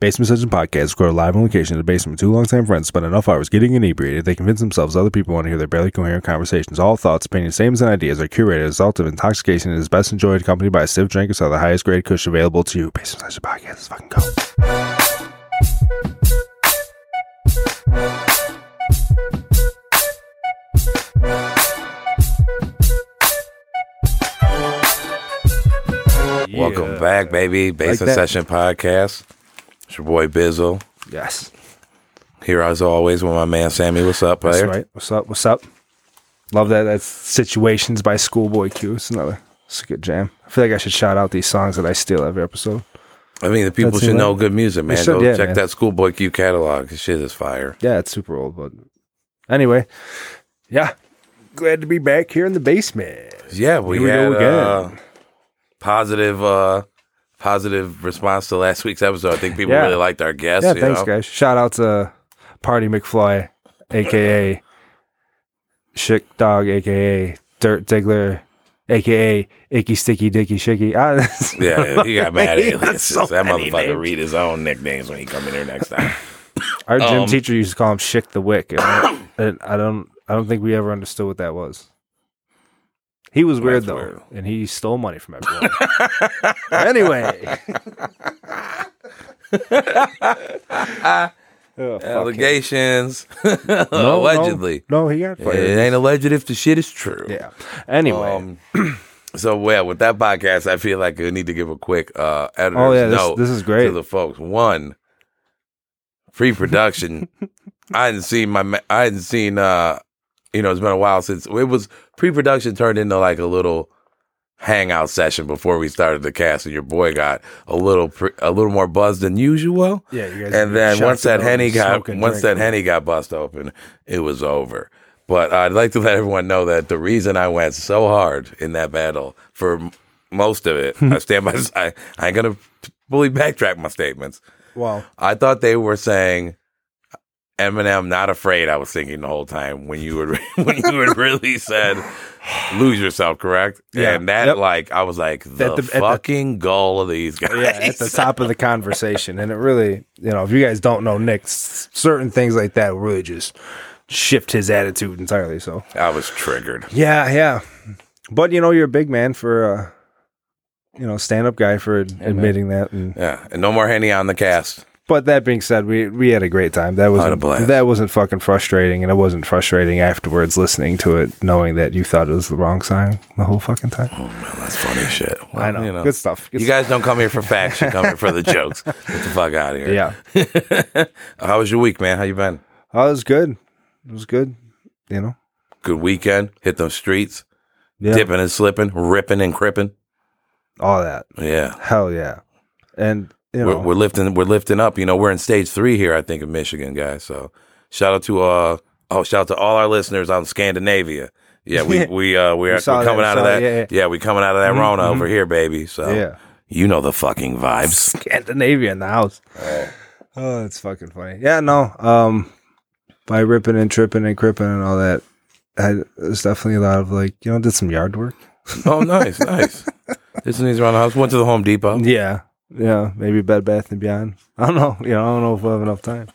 Basement Session Podcast recorded live on location in the basement. Two longtime friends spent enough hours getting inebriated. They convince themselves other people want to hear their barely coherent conversations. All thoughts, opinions, aims, and ideas are curated as a result of intoxication and is best enjoyed accompanied by a stiff drink or so the highest grade kush available to you. Basement Session Podcast. Let's fucking go. Welcome back, baby. Basement that. Session Podcast. It's your boy Bizzle. Yes. Here as always with my man Sammy. What's up, That's player? right. What's up? What's up? Love that. That's Situations by Schoolboy Q. It's another. It's a good jam. I feel like I should shout out these songs that I steal every episode. I mean, the people That's should right. know good music, man. should, Go yeah, check man. that Schoolboy Q catalog. This shit is fire. Yeah, it's super old, but anyway, yeah. Glad to be back here in the basement. Yeah, we Here we had go again. uh, positive, uh, positive response to last week's episode. I think people Yeah. really liked our guests. yeah, you thanks, know? guys. Shout out to Party McFly, aka Chick Dog, aka Dirt Diggler, aka Icky Sticky Dicky Shicky. Ah, Yeah, he got mad at aliases. That's so that many motherfucker names. read his own nicknames when he come in here next time. Our gym Um, teacher used to call him Shick the Wick, and I, and I don't, I don't think we ever understood what that was. He was weird That's though, weird. and he stole money from everyone. anyway, Oh, fuck it. Allegations, No, no, allegedly. no, he got fired. It ain't alleged if the shit is true. Yeah. Anyway, Um, so well, with that podcast, I feel like I need to give a quick uh, editor's oh yeah, this, note this is great. to the folks. One, pre-production. I hadn't seen my. ma- I hadn't seen. uh You know, it's been a while since it was pre-production turned into like a little hangout session before we started the cast, and your boy got a little pre- a little more buzzed than usual. yeah, you guys. And then shocked once that about henny him got smoking, once that drinking. henny got bust open, it was over. But I'd like to let everyone know that the reason I went so hard in that battle for m- most of it, I stand by. I, I ain't gonna fully backtrack my statements. Wow. I thought they were saying Eminem not afraid. I was thinking the whole time when you were when you had really said lose yourself, correct? Yeah. And that Yep. like I was like the, the- at the- fucking goal of these guys. Yeah, at the top of the conversation, and it really, you know, if you guys don't know Nick, s- certain things like that will really just shift his attitude entirely. So I was triggered. yeah, yeah. But you know, you're a big man for, uh, you know, stand up guy for admitting that. And Yeah, and no more henny on the cast. but that being said, we we had a great time. That Had a wasn't blast. that wasn't fucking frustrating, and it wasn't frustrating afterwards listening to it, knowing that you thought it was the wrong sign the whole fucking time. Oh, That's funny shit. I know. You, know. Good stuff. Good you guys don't come here for facts. You come here for the jokes. Get the fuck out of here. Yeah. How was your week, man? How you been? Oh, it was good. It was good. You know? Good weekend. Hit them streets. Yeah. Dipping and slipping. Ripping and cripping. All that. Yeah. Hell yeah. And, you We're, know, we're lifting. We're lifting up. You know, we're in stage three here. I think in Michigan, guys. So shout out to uh oh shout out to all our listeners on Scandinavia. Yeah, we we uh we are, saw we're that, coming out of saw that. it, yeah, yeah. we coming out of that Rona over here, baby. So yeah. you know the fucking vibes. Scandinavia in the house. Oh, that's fucking funny. Yeah, no. Um, by ripping and tripping and cripping and all that, I, there's definitely a lot of like, you know, did some yard work. oh, nice, nice. This is around the house. Went to the Home Depot. Yeah. Yeah. Maybe Bed Bath and Beyond. I don't know. You know, I don't know if we'll have enough time.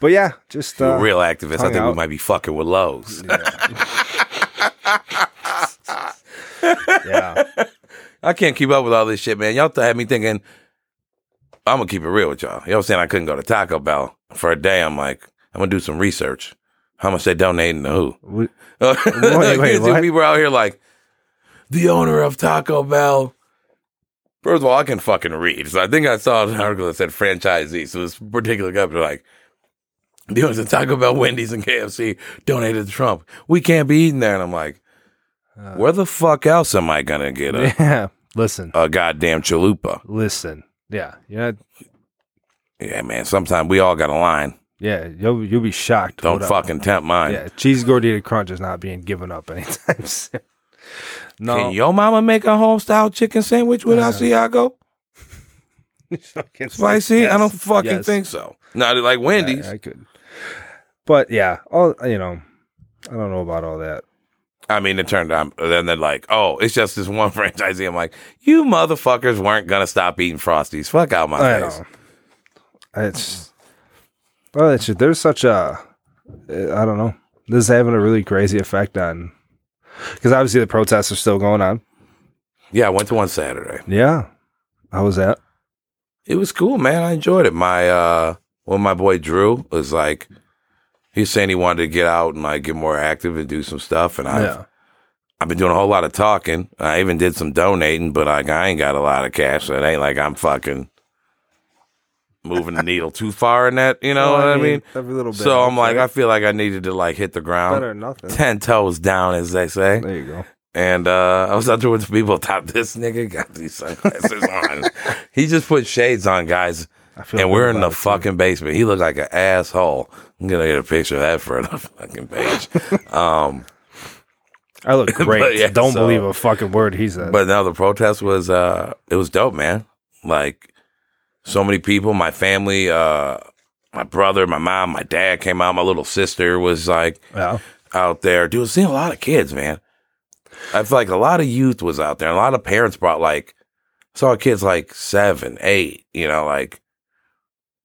But yeah, just. We're Uh, real activists. I hung think we out. might be fucking with Lowe's. yeah. I can't keep up with all this shit, man. Y'all th- had me thinking, I'm gonna keep it real with y'all. Y'all was saying I couldn't go to Taco Bell for a day. I'm like, I'm gonna do some research. How much they donating to who? We- Oh, wait, wait, what? People out here like the owner of Taco Bell. First of all, I can fucking read. So I think I saw an article that said franchisee. So this particular company like the owners of Taco Bell, Wendy's, and KFC donated to Trump. We can't be eating there. And I'm like, uh, where the fuck else am I gonna get a, yeah. Listen. a goddamn chalupa? Listen. Yeah. You're not Yeah, man. Sometimes we all got a line. Yeah, you'll you'll be shocked. Don't What up? fucking tempt mine. Yeah, cheese gordita crunch is not being given up anytime soon. No, Uh-huh. Can your mama make a home style chicken sandwich without Siago? Fucking Spicy? yes, I don't fucking yes. think so. Not like Wendy's. I, I could, but yeah, all you know, I don't know about all that. I mean, it turned out, then they're like, oh, it's just this one franchisee. I'm like, you motherfuckers weren't going to stop eating Frosties. Fuck out my I face. know. It's well, it's there's such a uh, I don't know. This is having a really crazy effect on because obviously the protests are still going on. Yeah, I went to one Saturday. Yeah, how was that? It was cool, man. I enjoyed it. My, uh, well, my boy Drew was like, he's saying he wanted to get out and like get more active and do some stuff. And I've, I've been doing a whole lot of talking. I even did some donating, but like I ain't got a lot of cash. So it ain't like I'm fucking moving the needle too far in that. You know what I mean? every little bit. So I'm like, I feel like I needed to like hit the ground, better than nothing. ten toes down, as they say. There you go. And uh, I was out there with some people. Top this nigga got these sunglasses on. He just put shades on, guys. I feel And good we're in about the it, too. fucking basement. He looked like an asshole. I'm gonna get a picture of that for the fucking page. Um, I look But great. yeah, don't so- believe a fucking word he said. But no, the protest was uh it was dope, man. Like so many people, my family, uh my brother, my mom, my dad came out, my little sister was like yeah, out there. Dude, seeing a lot of kids, man. I feel like a lot of youth was out there. A lot of parents brought like saw kids like seven, eight, you know, like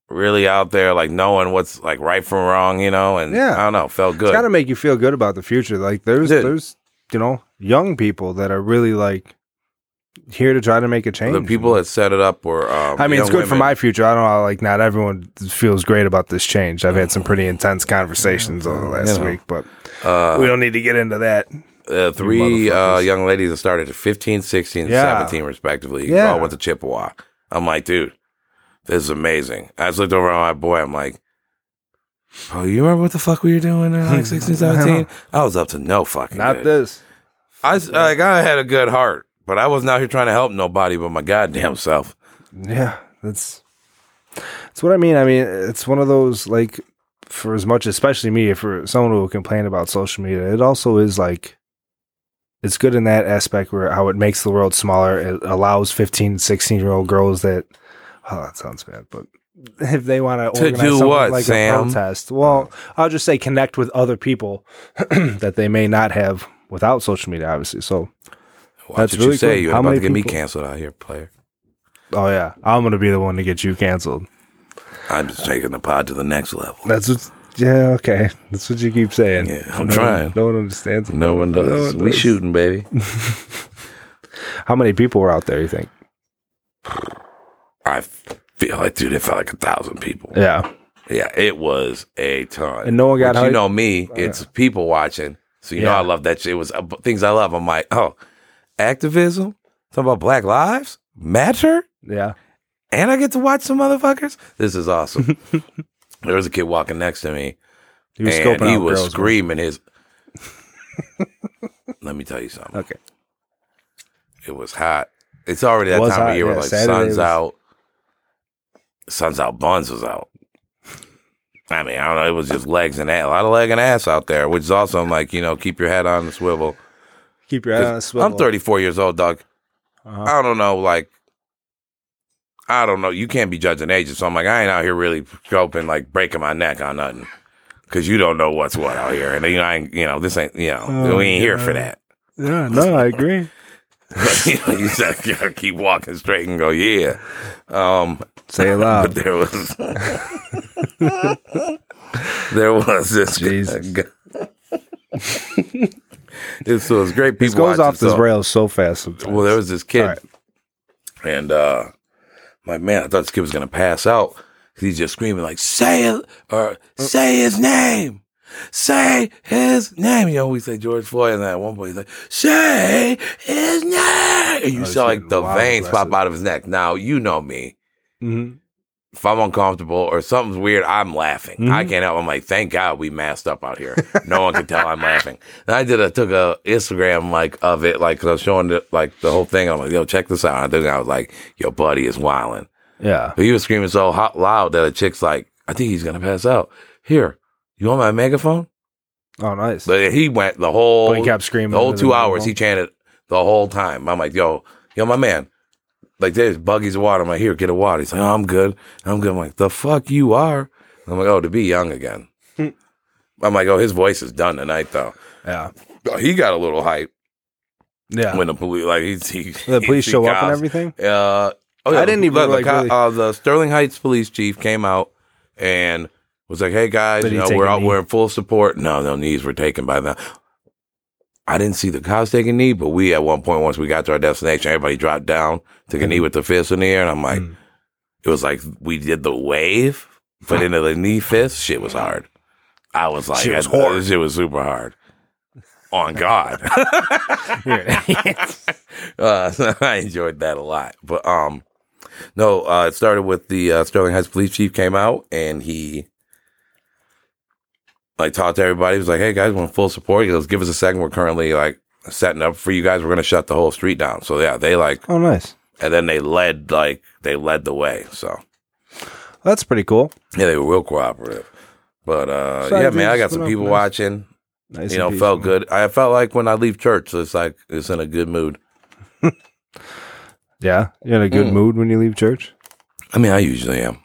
really out there, like knowing what's like right from wrong, you know, and Yeah. I don't know, felt it's good. gotta make you feel good about the future. Like there's Dude. there's you know young people that are really like here to try to make a change. the people that set it up were um, I mean, it's young good for women. my future. I don't know, like, not everyone feels great about this change. I've had some pretty intense conversations over the last Yeah. week, but uh, we don't need to get into that. uh, three uh, motherfuckers. young ladies that started at 15, 16, and Yeah. 17, respectively. Yeah. All went to Chippewa. I'm like, dude, this is amazing. I just looked over at my boy. I'm like, oh, you remember what the fuck we were doing in like 16, 17? I was up to no fucking Not good. this. I, s- uh, like, I had a good heart, but I wasn't out here trying to help nobody but my goddamn self. Yeah, that's that's what I mean. I mean, it's one of those like, for as much, especially me, for someone who will complain about social media, it also is like. It's good in that aspect where how it makes the world smaller. It allows 15, 16 year old girls that, oh, that sounds bad, but if they want to To do something what, like a Sam? protest, well, I'll just say connect with other people that they may not have without social media, obviously. So, Watch That's what really you say. cool. You're How about many to get me people- canceled out here, player. oh yeah, I'm going to be the one to get you canceled. I'm just taking the pod to the next level. That's what. Yeah, okay. That's what you keep saying. Yeah, I'm No- trying. No one understands. it. No one does. No one we does. shooting, baby. How many people were out there? You think? I feel like, dude, it felt like a thousand people. Yeah, Yeah, it was a ton. and no one got But you hyped. know me, it's people watching. So you know Yeah. I love that shit. It was uh, b- things I love. I'm like, oh, activism, talking about black lives matter, yeah, and I get to watch some motherfuckers. This is awesome. there was a kid walking next to me, he was and scoping he out was girls. screaming his. Let me tell you something. Okay. It was hot. It's already that It was time hot, of year where yeah. like Saturday sun's was- out. Sun's out, buns was out. I mean, I don't know. It was just legs and ass, a lot of leg and ass out there, which is also I'm like, you know, keep your head on the swivel. Keep your eye on the 'Cause swivel. I'm 34 years old, dog. Uh-huh. I don't know, like, I don't know. You can't be judging ages, so I'm like, I ain't out here really scoping, like breaking my neck on nothing, because you don't know what's what out here, and you know, I ain't, you know, this ain't, you know, Oh, we ain't here for God. that. Yeah, no, I agree. you know, you just gotta keep walking straight and go, yeah. Um, Say it but loud. there was there was this Jesus. this was great people This goes watching, off this so- rails so fast. Sometimes. well there was this kid All right. and uh my man i thought this kid was gonna pass out he's just screaming like say it or Mm. say his name Say his name. You know, we say George Floyd, and then at one point he's like, "Say his name," and you Oh, he's saw like getting the wild veins pop aggressive. out of his neck. Now you know me Mhm. if I'm uncomfortable or something's weird, I'm laughing. Mhm. I can't help. I'm like, thank God we masked up out here. No one can tell I'm laughing. And I did. I took a Instagram like of it, like 'cause I was showing the, like the whole thing. I'm like, yo, check this out. I think I was like, yo, buddy is wilding. Yeah. He was screaming so hot, loud that a chick's like, I think he's gonna pass out. Here, you want my megaphone? Oh, nice. But he went the whole But he kept screaming. the whole into two hours, microphone. he chanted the whole time. I'm like, yo, yo, my man. Like, there's buggies of water. I'm like, here, get a water. He's like, oh, I'm good. I'm good. I'm like, the fuck you are. I'm like, oh, to be young again. I'm like, oh, his voice is done tonight, though. yeah. he got a little hype Yeah. when the police like he's he the he- police he show up cops. and everything. Uh, oh I didn't even, the, the like, co- really- uh, the Sterling Heights police chief came out and was like, "Hey guys, Did you he know, take we're a out, knee? we're in full support." No, no knees were taken by them. I didn't see the cops take a knee, but we at one point once we got to our destination, everybody dropped down, took a knee with the fist in the air, and I'm like, Mm-hmm. Mm. it was like we did the wave, but into the knee fist, shit was hard. I was like, Shit was I- uh, hard. Shit was super hard. On God. Yeah. uh, so I enjoyed that a lot. But um, no, uh, it started with the uh, Sterling Heights police chief came out and he like talked to everybody. He was like, "Hey guys, we're in full support. He goes, give us a second. We're currently like setting up for you guys. We're gonna shut the whole street down." So yeah, they like, oh, nice. and then they led like they led the way. So That's pretty cool. yeah, they were real cooperative. But uh, So I yeah, did man, I got just some went up people nice. watching. Nice you and know, felt peaceful. good. I felt like when I leave church, it's like it's in a good mood. Yeah. You're in a good Mm. mood when you leave church. I mean, I usually am.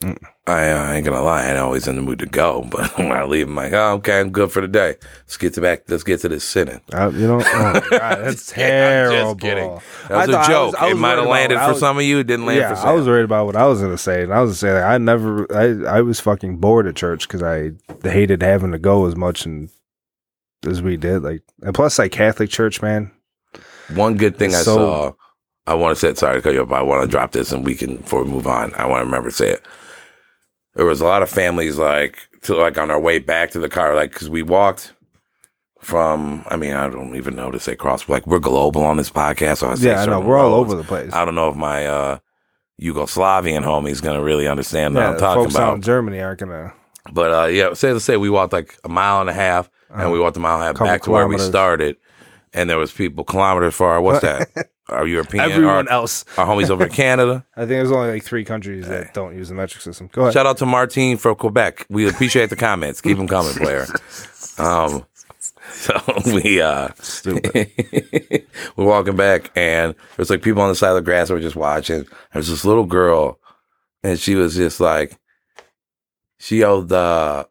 Mm. I, uh, ain't gonna lie, I ain't always in the mood to go, but when I leave, I'm like, oh, okay, I'm good for the day. Let's get to back. Let's get to this sinning. Uh, you know, oh, my God, that's Yeah, terrible. I'm just kidding. I That was a thought I was- joke. I was it might worried have about landed what I for was- some of you. It didn't land yeah, for some. I was worried about what I was gonna say, and I was gonna say like, I never, I, I was fucking bored at church because I hated having to go as much and as we did. Like, and plus, like Catholic church, man. One good thing I So- saw. I want to say sorry to cut you off, but I want to drop this and we can before we move on. I want to remember to say it. There was a lot of families like to like on our way back to the car, like because we walked from. I mean, I don't even know to say cross. Like we're global on this podcast, so I say yeah, I know certain we're all roads. over the place. I don't know if my uh, Yugoslavian homie's gonna really understand what yeah, I'm the talking folks out about. in Germany aren't gonna. But uh, yeah, say let's say we walked like a mile and a half, and we walked a mile and a half Uh, Couple back to where we kilometers. started, and there was people kilometers far. What's that? our European, our, else. our homies over in Canada. I think there's only like three countries that don't use the metric system. Go ahead. Shout out to Martine from Quebec. We appreciate the comments. Keep them coming, player. Um, so we uh, Stupid. we're walking back, and there's like people on the side of the grass that were just watching. There's this little girl, and she was just like, she yelled, uh,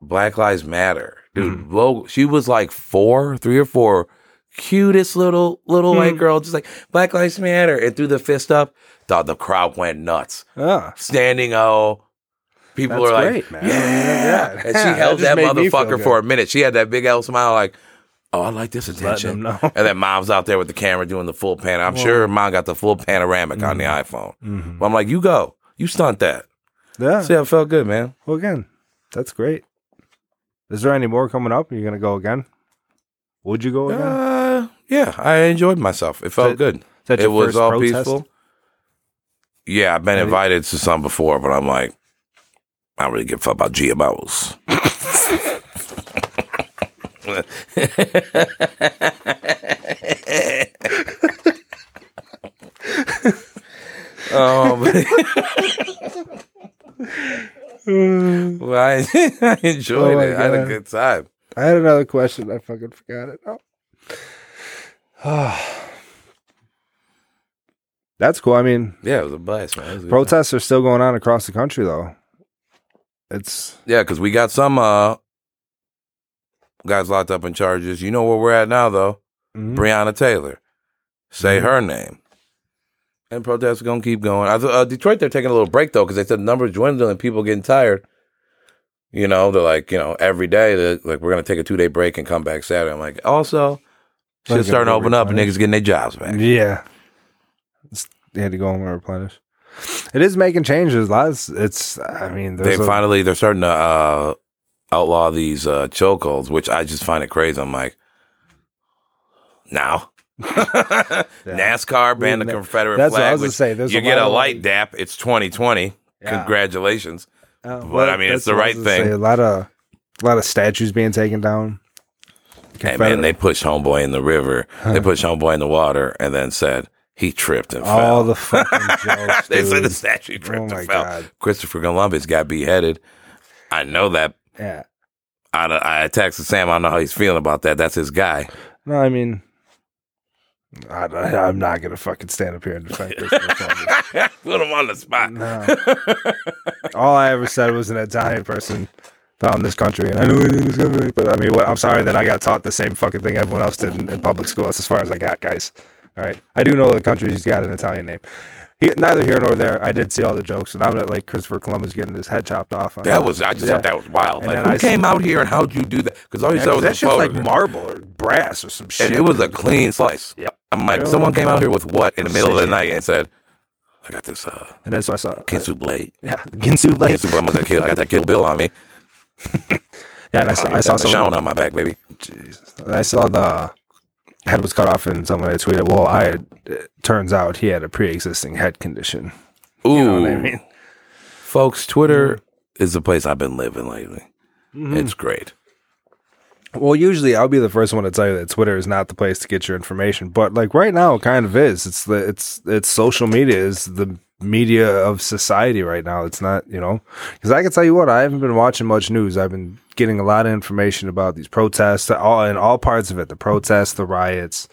"Black Lives Matter, dude." Mm-hmm. Logo, she was like four, three or four, cutest little little Mm. white girl, just like Black Lives Matter, and threw the fist up. Thought the crowd went nuts, Ah, standing oh. People That's were like, great, man. I mean, yeah. yeah. And she That held just that, made me feel motherfucker good. for a minute. She had that big L smile, like, oh, I like this let them attention. know. And then mom's out there with the camera doing the full pan. I'm sure mom got the full panoramic on the iPhone. Mhm. But I'm like, you go. You stunt that. Mm-hmm. Yeah. See, I felt good, man. Well, again, that's great. Is there any more coming up? Are you going to go again? Would you go again? Uh, yeah, I enjoyed myself. It felt That- good. Is that It your was first all protest? peaceful. Yeah, I've been Right. invited to some before, but I'm like, I don't really give a fuck about GMOs. um, Uh, Well, I, I enjoyed Oh, my it. I had a God. good time. I had another question. I fucking forgot it. Oh. that's cool. I mean, Yeah, it was a blast, man. It was a good time. protests are still going on across the country, though. It's Yeah, because we got some uh, guys locked up in charges. You know where we're at now, though. mhm. Breonna Taylor. Say Mhm. her name. And protests are going to keep going. I th- uh, Detroit, they're taking a little break, though, because they said numbers dwindling, people getting tired. You know, they're like, you know, every day, they're like, we're going to take a two day break and come back Saturday. I'm like, also, Like shit's starting to a open up and niggas replenish. getting their jobs back. yeah. It's, they had to go home and replenish. It is making changes. Lots. It's. I mean, they there's a- finally they're starting to uh, outlaw these uh, chokeholds, which I just find it crazy. I'm like, now NASCAR banned the Yeah, Confederate that's what I flag. was gonna Which say. There's you a get lot a of- light dap. It's 2020. Yeah. Congratulations. Uh, But, I mean, that's it's the what I right was gonna thing. say. A lot of, a lot of statues being taken down. Hey man, they pushed homeboy in the river. They pushed homeboy in the water, and then said he tripped and all fell. the fucking jokes. they dude. said the statue oh tripped my and fell. god! Christopher Columbus got beheaded. I know that. Yeah. I, I texted Sam. I don't know how he's feeling about that. That's his guy. No, I mean, I, don't- I'm not gonna fucking stand up here and defend Christopher Columbus. Put him on the spot. No. All I ever said was an Italian person found in this country, and I knew it in this country. But I mean, what, I'm sorry that I got taught the same fucking thing everyone else did in, in public school. That's as far as I got, guys. All right, I do know the country's got an Italian name. He, neither here nor there. I did see all the jokes, and I'm not like Christopher Columbus getting his head chopped off. on- That was I just Yeah. thought that was wild. And Like, then who I s- came out here and how'd you do that? Because all you Yeah, saw was that that shit's like and marble or brass or some shit. it was a clean slice. Yep. I'm like, someone came out here with what in the middle of the night and said, "I got this uh, and that's what I saw. Kinsu blade. Yeah, Ginsu blade. Kinsu blade. I'm gonna kill. I got that Kill Bill on me. Yeah, and I saw, I saw Got the some. Sean on my back, baby. Jesus. I saw the head was cut off, and someone had tweeted, "Well, I it turns out he had a pre-existing head condition." Ooh, You know what I mean? Mm-hmm. folks, Twitter is the place I've been living lately. It's great. Well, usually I'll be the first one to tell you that Twitter is not the place to get your information, but like right now, it kind of is. It's the it's it's social media is the media of society right now. It's not you know because I can tell you what I haven't been watching much news. I've been getting a lot of information about these protests, all in all parts of it: the protests, the riots,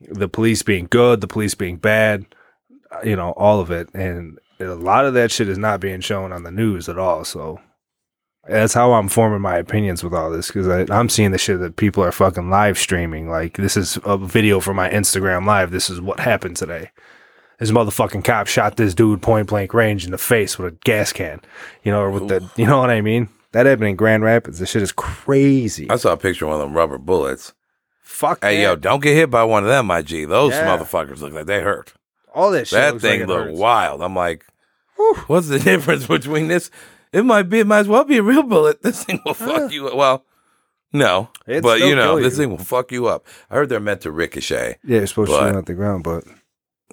the police being good, the police being bad, you know, all of it, and a lot of that shit is not being shown on the news at all. So that's how I'm forming my opinions with all this because I'm seeing the shit that people are fucking live streaming. Like this is a video for my Instagram live. This is what happened today. This motherfucking cop shot this dude point blank range in the face with a gas can, you know, or with the, you know what I mean. That happened in Grand Rapids. This shit is crazy. I saw a picture of one of them rubber bullets. Fuck Hey, that. yo, don't get hit by one of them, my G. Those Yeah. motherfuckers look like they hurt. all that shit. that looks like thing it looked hurts. wild. I'm like, what's the difference between this? It might be, it might as well be a real bullet. This thing will fuck you up. Well, no, Ah. It'd but still you know, kill this you. thing will fuck you up. I heard they're meant to ricochet. Yeah, you're supposed to But- shoot it at the ground, but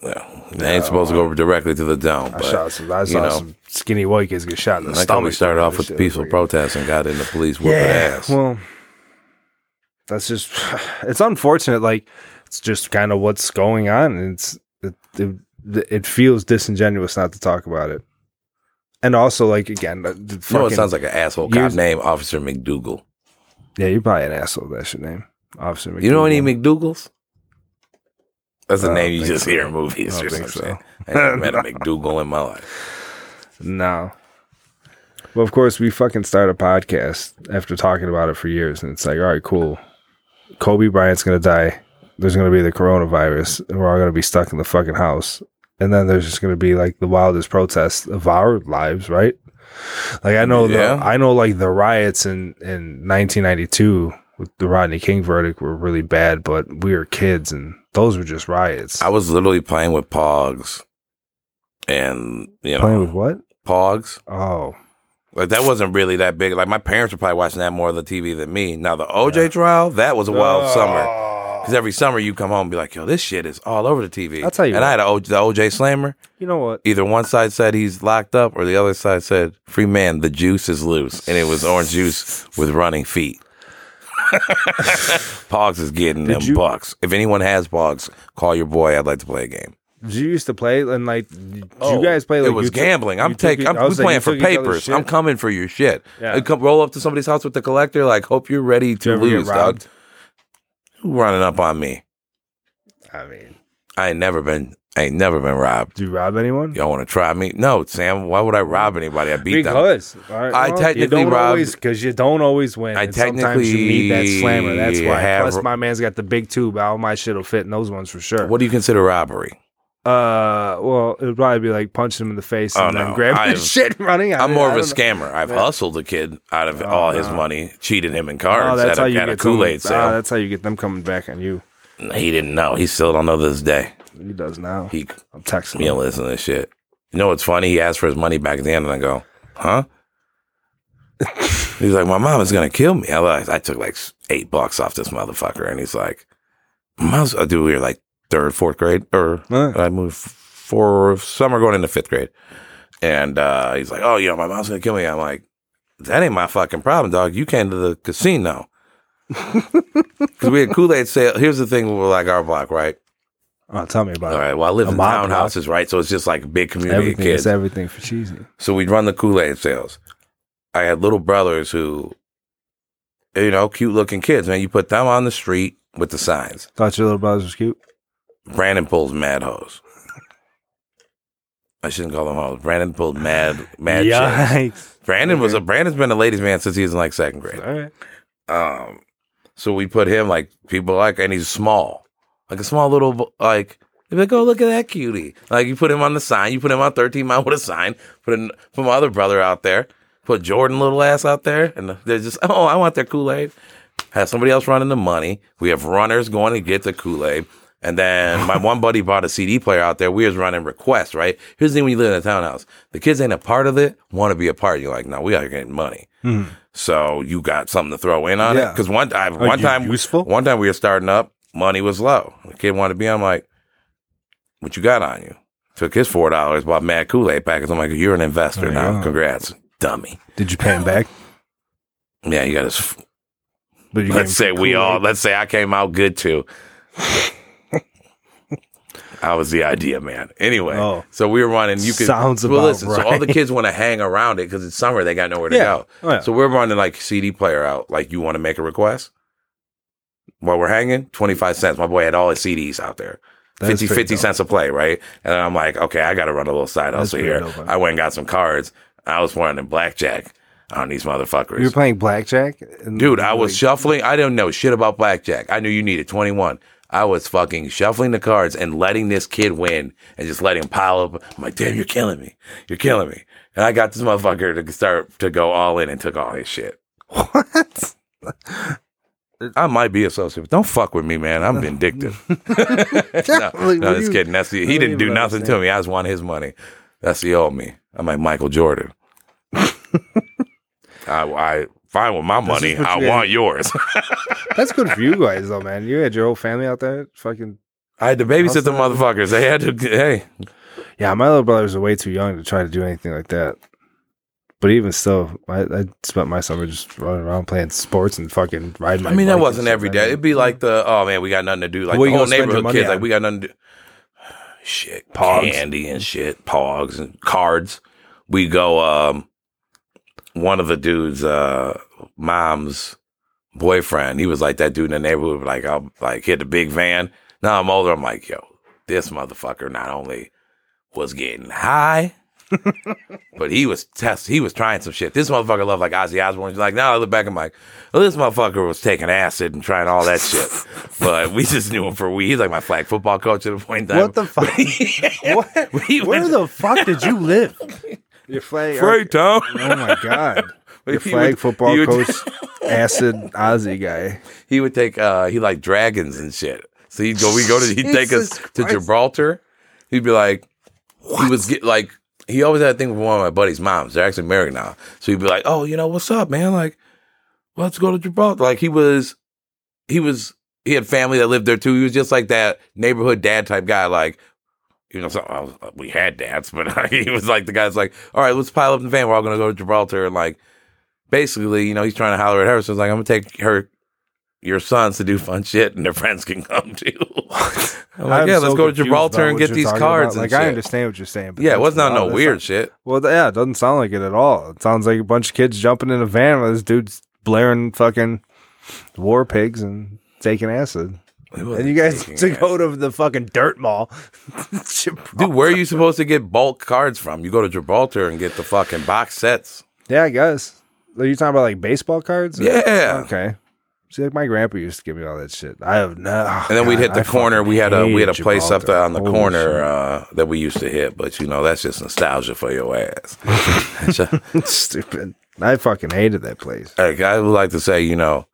Well, they ain't supposed to go directly to the dome. I but shot some. I saw know. some skinny white kids get shot in the I thought stomach. we started off with Shit was peaceful freaking- protests and got into police whooping ass. Well, that's just it's unfortunate. Like it's just kind of what's going on, and it's it, it it feels disingenuous not to talk about it. And also, like again, the, the you know what fucking- sounds like an asshole cop years- name? Officer McDougal. yeah, you're probably an asshole. That's your name, Officer. You know McDougal. any McDougals? That's I a don't name you think just so. hear in movies I or don't think something. so. I never met a McDougal in my life. No. Well, of course, we fucking start a podcast after talking about it for years, and it's like, all right, cool. Kobe Bryant's gonna die. There's gonna be the coronavirus, and we're all gonna be stuck in the fucking house. And then there's just gonna be like the wildest protests of our lives, right? Like I know, Yeah. the, I know, like the riots in in 1992 with the Rodney King verdict were really bad, but we were kids, and those were just riots. I was literally playing with Pogs, and you know, Playing with what? Pogs. Oh, Like that wasn't really that big. Like my parents were probably watching that more on the TV than me. Now the OJ trial, that was a wild summer. Ah. Because every summer you come home and be like, "Yo, this shit is all over the TV." I'll tell you And what. I had a o- the OJ slammer. You know what? Either one side said he's locked up, or the other side said, "Free man, the juice is loose," and it was orange juice with running feet. Pogs is getting them you- bucks. If anyone has Pogs, call your boy. I'd like to play a game. Did you used to play and like did Oh, you guys play like it was you took- gambling. you I'm took taking. it- I'm I was we like, playing you for took each other's papers. shit? I'm coming for your shit. Yeah. I come roll up to somebody's house with the collector. Like, hope you're ready you to ever get lose, dog. robbed? Who running up on me? I mean, I ain't never been. I ain't never been robbed. do you rob anyone? Y'all want to try me? No, Sam. Why would I rob anybody? I beat them. because all right, well, I you technically don't robbed- because you don't always win. I and sometimes you need that slammer. That's why. have- Plus, my man's got the big tube. All my shit'll fit in those ones for sure. What do you consider robbery? Uh, well, it'd probably be like punching him in the face Oh, and then no. grabbing I his shit and running. out. I'm I more of a don't know. scammer. I've Yeah. hustled a kid out of all his money, cheated him in cards Oh, that's at how a, you at a get Kool Aid them- ah, sale. that's how you get them coming back on you. he didn't know. He still don't know to this day. He does now. He I'm texting. He him. don't listen to this shit. You know what's funny? He asked for his money back at the end, and I go, huh? he's like, my mom is gonna kill me. I like, I took like s- eight bucks off this motherfucker, and he's like, mom's. I do. We were like third, fourth grade, or Huh? I moved for summer going into fifth grade, and uh, he's like, oh, you know, my mom's gonna kill me. I'm like, that ain't my fucking problem, dog. You came to the casino. Because we had Kool Aid sale. Here's the thing with like our block, right? Oh, tell me about All it. right. Well, I live A in mob block. townhouses, right? So it's just like big community of Everything kids. is everything for cheesy. So we'd run the Kool Aid sales. I had little brothers who, you know, cute looking kids, man. You put them on the street with the signs. Thought your little brothers was cute. Brandon pulls mad hoes. I shouldn't call them all. Brandon pulled mad, mad chicks. Yikes. Brandon was a Brandon's been a ladies' man since he was in like second grade. All right. Um, so we put him like people like, and he's small, like a small little like. They'd be like, oh, look at that cutie! Like you put him on the sign, you put him on thirteen mile with a sign. Put an, put my other brother out there, put Jordan little ass out there, and they're just, oh, I want their Kool Aid. Have somebody else running the money. We have runners going to get the Kool Aid. And then my one buddy bought a CD player out there. We was running requests, right? Here's the thing when you live in a townhouse. The kids ain't a part of it, want to be a part. You're like, no, we out here getting money. So you got something to throw in on it? Yeah. Because one time, one you time, useful? one time we were starting up, money was low. The kid wanted to be. on. I'm like, what you got on you? Took his four dollars, bought Mad Kool Aid packets. I'm like, you're an investor Oh, now. yeah. Congrats, dummy. Did you pay him back? Yeah, you got his. But you gave him Let's say we Kool-Aid? all. Let's say I came out good too. I was the idea man. Anyway, Oh. so we were running. You could Sounds well. about Listen, so all the right. kids want to hang around it because it's summer. They got nowhere to Yeah. go. Oh, yeah. So we're running like CD player out. Like you want to make a request while we're hanging, twenty five cents. My boy had all his CDs out there. That is 50, pretty 50 dope. cents a play, right? And then I'm like, okay, I got to run a little side That's hustle pretty here. dope, man. I went and got some cards. I was running blackjack on these motherfuckers. You were playing blackjack, and Dude, I was like, shuffling. I didn't know shit about blackjack. I knew you needed 21. I was fucking shuffling the cards and letting this kid win and just letting him pile up. I'm like, damn, you're killing me. You're killing me. And I got this motherfucker to start to go all in and took all his shit. what? I might be a sociopath. Don't fuck with me, man. I'm vindictive. no, Like, no what just do you- kidding. That's the, I he don't didn't do even nothing to understand. me. I just want his money. That's the old me. I'm like Michael Jordan. I, I fine with my money. is what I you- want yours. That's good for you guys, though, man. You had your whole family out there, fucking. I had to babysit the Awesome. motherfuckers. They had to. Hey, Yeah, my little brothers are way too young to try to do anything like that. But even still, I, I spent my summer just running around playing sports and fucking riding. My I bike mean that and wasn't shit, every man. day. It'd be like the oh man, we got nothing to do. Like What the you whole gonna spend your neighborhood money kids, on? like we got nothing to do. Shit, Pogs. candy and shit, pogs and cards. We go. um One of the dudes' uh mom's boyfriend. He was like that dude in the neighborhood. Like I'll like hit the big van. Now I'm older. I'm like yo, this motherfucker not only was getting high. But he was test. He was trying some shit. This motherfucker loved like Ozzy Osbourne. He's like, now I look back, I'm like, well, this motherfucker was taking acid and trying all that shit. But we just knew him for weed. He's like my flag football coach at the point in time. What the fuck? What? We Where went- the fuck did you live? Your flag. Freight town. Oh my god. Your He flag would- football he would- coach, acid Aussie guy. He would take. uh He liked dragons and shit. So he'd go. We go to. He'd take us Jesus to Christ. Gibraltar. He'd be like, he was get like. He always had a thing with one of my buddy's moms. They're actually married now. So he'd be like, "Oh, you know what's up, man? Like, let's go to Gibraltar." Like he was, he was, he had family that lived there too. He was just like that neighborhood dad type guy. Like, you know, so I was, we had dads, but he was like the guy's like, "All right, let's pile up in the van. We're all gonna go to Gibraltar." And like, basically, you know, he's trying to holler at her. So he's like, "I'm gonna take her, your sons to do fun shit, and their friends can come too." I'm like, I'm "Yeah, so let's go to confused Gibraltar about and what get you're these talking cards about. and Like I shit." understand what you're saying, but Yeah, it that's- was not wow, no that's weird shit. Well, th- yeah, it doesn't sound like it at all. It sounds like a bunch of kids jumping in a van while this dude's blaring fucking war pigs and taking acid. And you guys to go to the fucking dirt mall. dude, where are you supposed to get bulk cards from? You go to Gibraltar and get the fucking box sets. yeah, I guess. Are you talking about like baseball cards? or- Yeah. Okay. See, like my grandpa used to give me all that shit. I have no. oh, And then we'd God, hit the I corner. fucking We had a we had a hate place up Gibraltar. there on the Holy corner shit. uh, that we used to hit, but you know that's just nostalgia for your ass. uh, Stupid. I fucking hated that place. like, I would like to say, you know,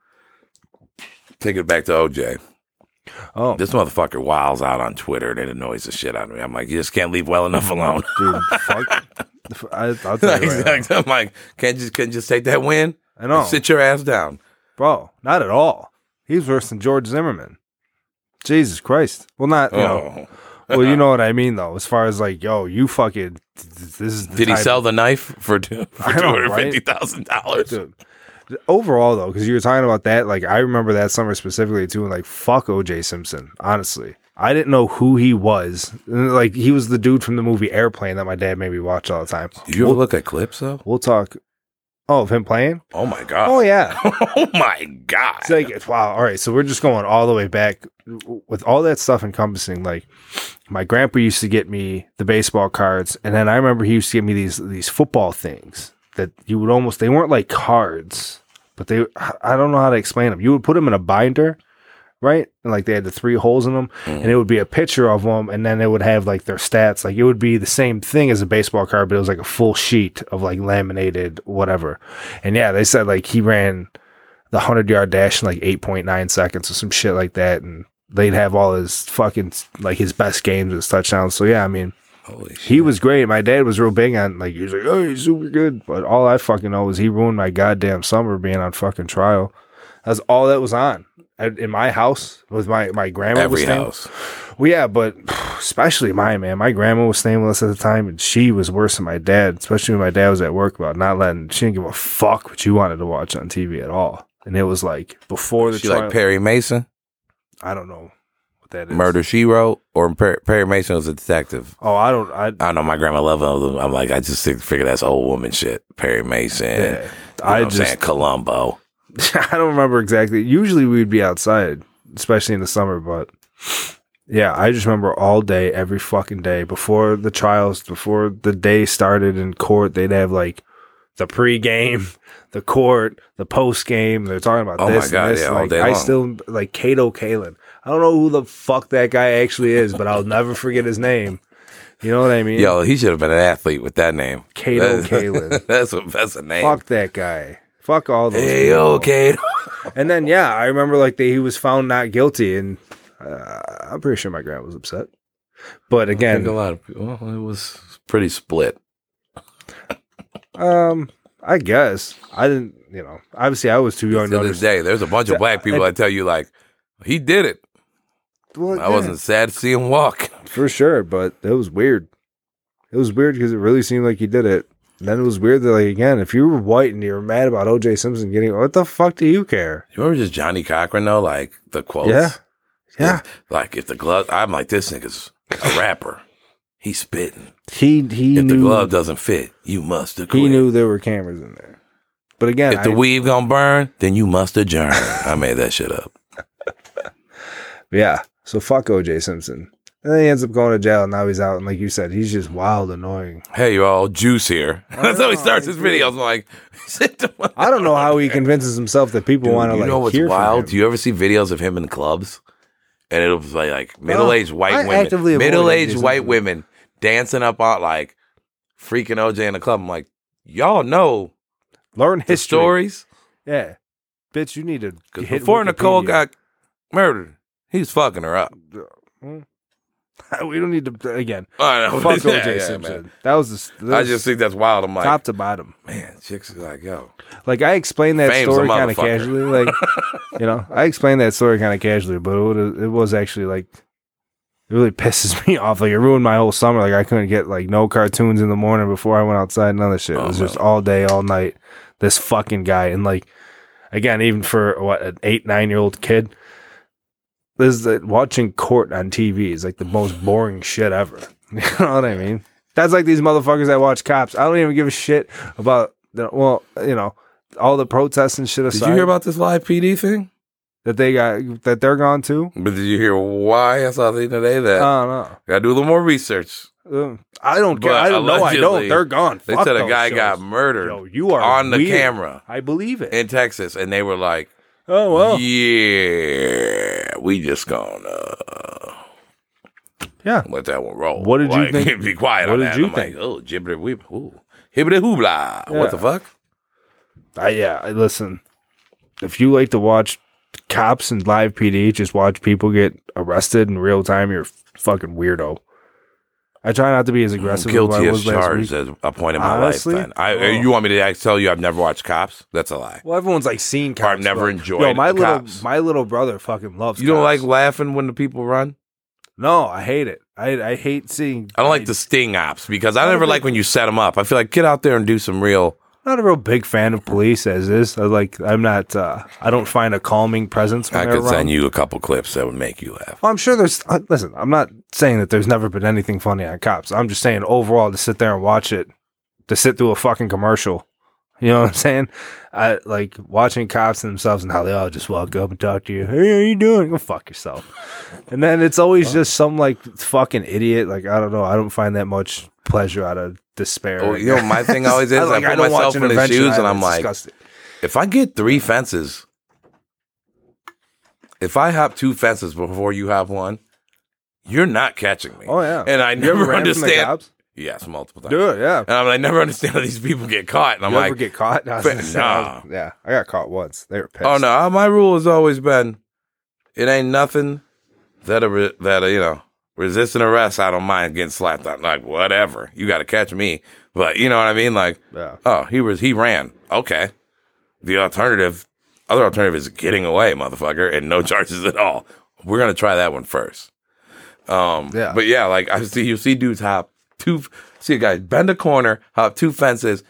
take it back to OJ. Oh, This motherfucker wiles out on Twitter and it annoys the shit out of me. I'm like, you just can't leave well enough alone. dude, fuck. I, will tell you like, right now. I'm like, can't just can't just take that win. I know. Sit your ass down. oh, Bro, not at all. He was worse than George Zimmerman. Jesus Christ. Well, not, you know. Oh. Well, you know what I mean, though. As far as like, yo, you fucking, this is. The Did he type- sell the knife for two for I two know, hundred right? fifty thousand dollars? Dude. Overall, though, because you were talking about that, like, I remember that summer specifically, too, and like, fuck OJ Simpson, honestly. I didn't know who he was. And, Like, he was the dude from the movie Airplane that my dad made me watch all the time. You ever look at clips though? We'll talk. Oh, of him playing? Oh my god! Oh, yeah. oh my god! It's like wow. All right, so we're just going all the way back with all that stuff encompassing like my grandpa used to get me the baseball cards, and then I remember he used to get me these these football things that you would almost they weren't like cards, but they I I don't know how to explain them. You would put them in a binder, right? And like they had the three holes in them, Mhm. and it would be a picture of them, and then it would have like their stats. Like it would be the same thing as a baseball card, but it was like a full sheet of like laminated whatever. And yeah, they said like he ran the hundred yard dash in like eight point nine seconds or some shit like that, and they'd have all his fucking like his best games as touchdowns. So yeah, I mean Holy shit. he was great. My dad was real big on like he was like, oh, he's super good. But all I fucking know is he ruined my goddamn summer being on fucking trial. That's all that was on At- in my house with my my grandma. was Every staying- house. Well, yeah, but especially mine, man. My grandma was staying with us at the time, and she was worse than my dad. Especially when my dad was at work about not letting. She didn't give a fuck what you wanted to watch on TV at all. And it was like before the She trial. like Perry Mason, I don't know what that is. Murder She Wrote, or Per- Perry Mason was a detective. Oh, I don't. I I know my grandma loved all of them. I'm like, I just think- figure that's old woman shit. Perry Mason. yeah. You know I what I'm just saying Columbo. I don't remember exactly. Usually we'd be outside, especially in the summer, but yeah, I just remember all day, every fucking day, before the trials, before the day started in court, they'd have like the pregame, the court, the postgame. They're talking about Oh my this and God, this. yeah, all like, day I long. still like Cato Kalin. I don't know who the fuck that guy actually is, but I'll never forget his name. You know what I mean? Yo, he should have been an athlete with that name. Cato Kalin. that's a that's a name. Fuck that guy. Fuck all those. Hey, people. yo, Cato. And then yeah, I remember like they, he was found not guilty, and uh, I'm pretty sure my grandma was upset. But I think a again, lot of people. Well, it was pretty split. um, I guess I didn't. You know, obviously I was too young to To this understand. day, there's a bunch of black people that tell you like, he did it. Well, yeah, I wasn't sad to see him walk. for sure, but it was weird. It was weird because it really seemed like he did it. And then it was weird that like again, if you were white and you were mad about O.J. Simpson getting, what the fuck do you care? You remember just Johnny Cochran though, like the quotes. Yeah. Yeah, Like if the glove, I'm like this nigga's a rapper. He's spitting. he he If the knew glove doesn't fit, you must agree. he knew there were cameras in there. But again, If the I- weave gonna burn, then you must adjourn. I made that shit up. Yeah. So fuck OJ Simpson. And then he ends up going to jail. And now he's out. And like you said, he's just wild, annoying. Hey, y'all, Juice here. That's how he know, starts his Oh, I agree. videos. I'm like, sit the fuck I don't know how he convinces himself that people Dude, want to you like know what's hear wild? From Do him. you ever see videos of him in clubs? And it'll be like, like middle-aged white Uh, I women, actively avoid middle-aged these white videos. women dancing up on like freaking OJ in the club. I'm like, y'all know Learn the history. stories Yeah. Bitch, you need to. because hit before Nicole Wikipedia. got murdered, he was fucking her up. Hmm? we don't need to again. I know. Fuck OJ Oh, Yeah, yeah, Simpson. man. that was the s- that I was just think that's wild. I'm like, top to bottom. man, chicks is like, yo, Like I explained that Fame's a story kind of motherfucker. casually, like you know, I explained that story kind of casually, but it, would've- it was actually like it really pisses me off. Like it ruined my whole summer. Like I couldn't get like no cartoons in the morning before I went outside. None of that shit. it Oh, was no. just all day, all night. This fucking guy, and like again, even for what an eight, nine year old kid, this is like, watching court on TV is like the most boring shit ever. You know what I mean? That's like these motherfuckers that watch cops. I don't even give a shit about the, well, you know, all the protests and shit did aside you hear about this live PD thing? that they got that they're gone to. But did you hear why? I saw the thing today I that don't know. gotta do a little more research. Uh, I don't care. But I don't know. I don't. allegedly, They're gone. They Fuck said a those guy shows. got murdered Yo, you are on the weird. camera I believe it. in Texas, and they were like, oh well. "Yeah, we just gonna Yeah. let that one roll." What did you Like, think- Be quiet. what on did that. you I'm think? Like, oh, jibbity weep, ooh, hibbity hoobla. Yeah. What the fuck? I, yeah. I- Listen, if you like to watch cops and live PD, just watch people get arrested in real time. You're a fucking weirdo. I try not to be as aggressive. as I Mm, Guilty as was last charged week. at a point in my Honestly? lifetime. I, Oh. You want me to act- tell you I've never watched Cops? That's a lie. Well, everyone's like seen cops. I've never but- enjoyed Yo, my little Cops. my little brother fucking loves. you don't like cops. laughing when the people run? No, I hate it. I I hate seeing. I don't like the sting ops because I don't never think- like when you set them up. I feel like get out there and do some real. not a real big fan of police as is. I like I'm not uh I don't find a calming presence when I they're could around. send you a couple clips that would make you laugh. Well, I'm sure there's uh, listen, I'm not saying that there's never been anything funny on cops. I'm just saying overall to sit there and watch it to sit through a fucking commercial You know what I'm saying? I like watching cops themselves and how they all just walk up and talk to you. Hey, how you doing? Go fuck yourself. And then it's always just some like fucking idiot. Like I don't know. I don't find that much pleasure out of despair. Well, Oh, you know, my thing always is I put don't watch myself in the Intervention shoes Island. and I'm It's like, disgusting. if I get three fences, if I hop two fences before you hop one, you're not catching me. oh yeah. And I You ever never ran from the understand. cops? Yes, multiple times. Do it, yeah. And I'm like, I never understand how these people get caught. And I'm you like, ever get caught? I was but gonna say, I was- yeah, I got caught once. They were pissed. oh no, my rule has always been, it ain't nothing that a re- that a, you know resisting arrest. I don't mind getting slapped on. Like whatever, you got to catch me. But you know what I mean? Like, Yeah. oh, he was he ran. Okay, the alternative, other alternative is getting away, motherfucker, and no charges at all. We're gonna try that one first. Um, Yeah. But yeah, like I see you see dudes hop two, see a guy bend a corner, hop two fences.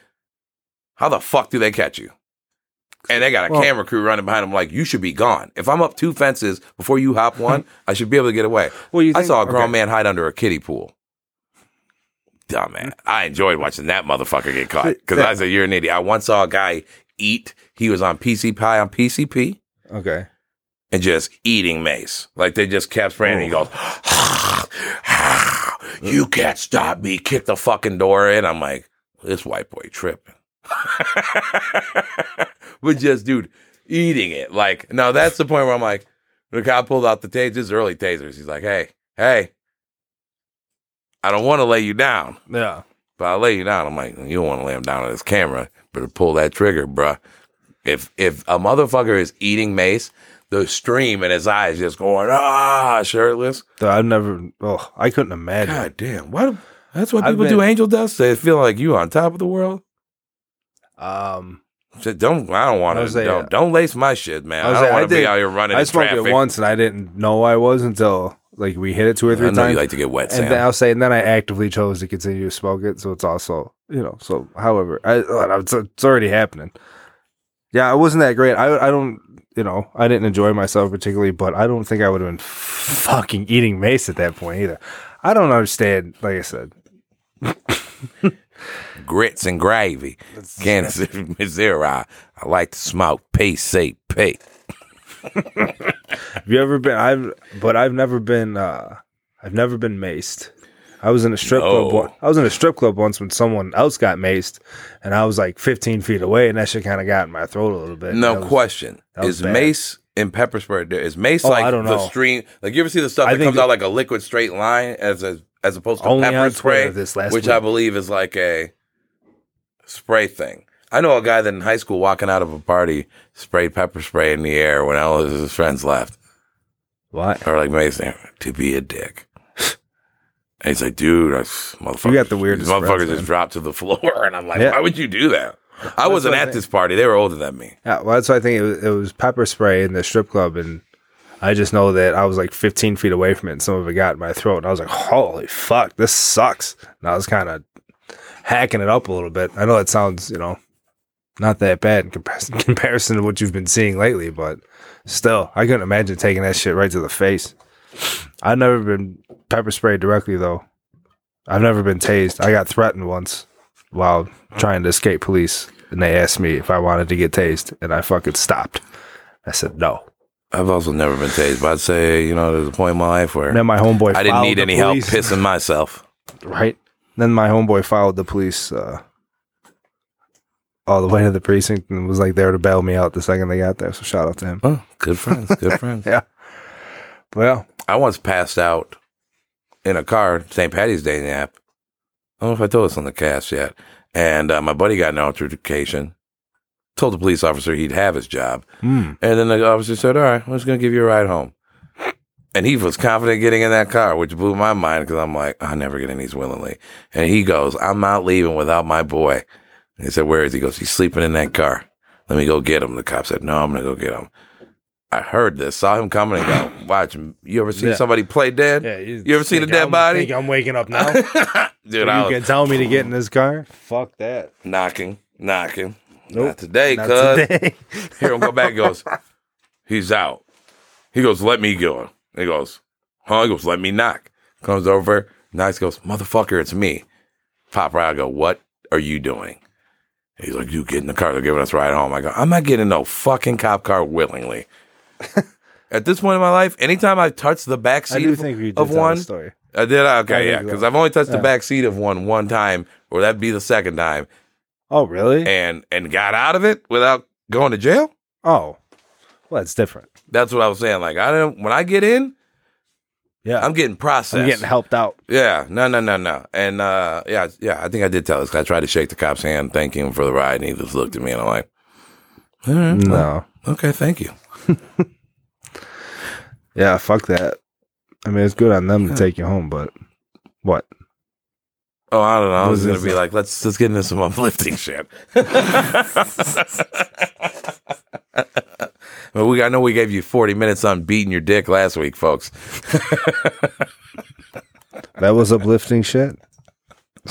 How the fuck do they catch you? And they got a Well- camera crew running behind them, like you should be gone. If I'm up two fences before you hop one, I should be able to get away. Well, you I think- saw a grown okay. man hide under a kiddie pool. Dumb man, I enjoyed watching that motherfucker get caught because I said you're an idiot. I once saw a guy eat. He was on PC Pie on PCP Okay. and just eating mace. Like they just kept spraying. And he goes, "Ah, "You can't stop me!" Kick the fucking door in. I'm like, this white boy tripping. but just dude eating it. Like now that's the point where I'm like, the cop pulled out the tasers, his early tasers. He's like, "Hey, hey, I don't want to lay you down." Yeah. But I lay you down. I'm like, you don't want to lay him down on this camera. Better pull that trigger, bruh. If if a motherfucker is eating mace, the stream in his eyes just going ah shirtless. Though I've never. Oh, I couldn't imagine. God damn, what? That's what I've people been- do. Angel dust. They feel like you on top of the world. Um, Shit, don't I don't want I to was saying- don't, don't lace my shit, man. I I, was don't saying, uh, I want to be did- out here running. I in smoked traffic. it once and I didn't know I was until like we hit it two or three I know times. you like to get wet, and Sam. then I'll say, and then I actively chose to continue to smoke it. So it's also, you know, so however, I, uh, it's, it's already happening. Yeah, it wasn't that great. I, I don't, you know, I didn't enjoy myself particularly, but I don't think I would have been fucking eating mace at that point either. I don't understand. Like I said, Grits and gravy. Kansas City, Missouri. I like to smoke PCP. have you ever been? I've, but I've never been. uh I've never been maced. I was in a strip club. No. one- I was in a strip club once when someone else got maced, and I was like 15 feet away, and that shit kind of got in my throat a little bit. No That was- question. that was Is bad. mace and pepper spray there? Is mace Oh, like I don't the know. stream? Like you ever see the stuff I that think comes out like a liquid straight line as a as opposed to Only pepper on spray, Twitter this last which week. I believe is like a spray thing. I know a guy that in high school walking out of a party sprayed pepper spray in the air when all of his friends left, What? or like mace to be a dick. And he's like, dude, I, motherfuckers, You got the these weirdest motherfuckers friends, man. just dropped to the floor, and I'm like, Yeah. why would you do that? I wasn't what I at think. this party; they were older than me. Yeah, well, that's why I think it was, it was pepper spray in the strip club, and I just know that I was like 15 feet away from it, and some of it got in my throat, and I was like, "Holy fuck, this sucks!" And I was kind of hacking it up a little bit. I know that sounds, you know, not that bad in comparison, comparison to what you've been seeing lately, but still, I couldn't imagine taking that shit right to the face. I've never been pepper sprayed directly though. I've never been tased. I got threatened once while trying to escape police, and they asked me if I wanted to get tased, and I fucking stopped. I said no. I've also never been tased, but I'd say, you know, there's a point in my life where And then my homeboy. I didn't followed need the any police, help pissing myself. Right. Then my homeboy followed the police uh, all the way to the precinct and was like there to bail me out the second they got there. So shout out to him. Oh, good friends, good friends. Well, I once passed out in a car, St. Patty's Day nap. I don't know if I told this on the cast yet. And uh, my buddy got in an altercation, told the police officer he'd have his job. mm, And then the officer said, All right, I'm just going to give you a ride home. And he was confident getting in that car, which blew my mind because I'm like, I never get in these willingly. And he goes, I'm not leaving without my boy. And he said, Where is he? He goes, He's sleeping in that car. Let me go get him. The cop said, No, I'm going to go get him. I heard this, saw him coming and go, Watch him. You ever seen Yeah. somebody play dead? you, ever seen a dead body? I'm waking up now. Dude, I you was can tell me to get in this car. Fuck that. knocking, knocking. Nope. Not today, Not cuz. today. Here, go back. He goes, he's out. He goes, let me go. He goes, huh? He goes, let me knock. Comes over, knocks, goes, motherfucker, it's me. Pop right. I go, what are you doing? He's like, you get in the car. They're giving us a ride home. I go, I'm not getting no fucking cop car willingly. At this point in my life, anytime I touch the back I seat do of, think we did of tell one, this story. I did. Okay, I yeah, think because so. I've only touched Yeah. the back seat of one one time, or that'd be the second time, Oh, really? and and got out of it without going to jail. oh, well, that's different. That's what I was saying. Like I don't. When I get in, Yeah, I'm getting processed. I'm getting helped out. Yeah, no, no, no, no. And uh, yeah, yeah, I think I did tell this. 'cause I tried to shake the cop's hand, thank him for the ride, and he just looked at me, and I'm like, All right, well, No, okay, thank you. yeah, fuck that. I mean, it's good on them to take you home, but what? Oh, I don't know. I was This gonna is- be like, let's let's get into some uplifting shit. well, we I know we gave you 40 minutes on beating your dick last week, folks. That was uplifting shit.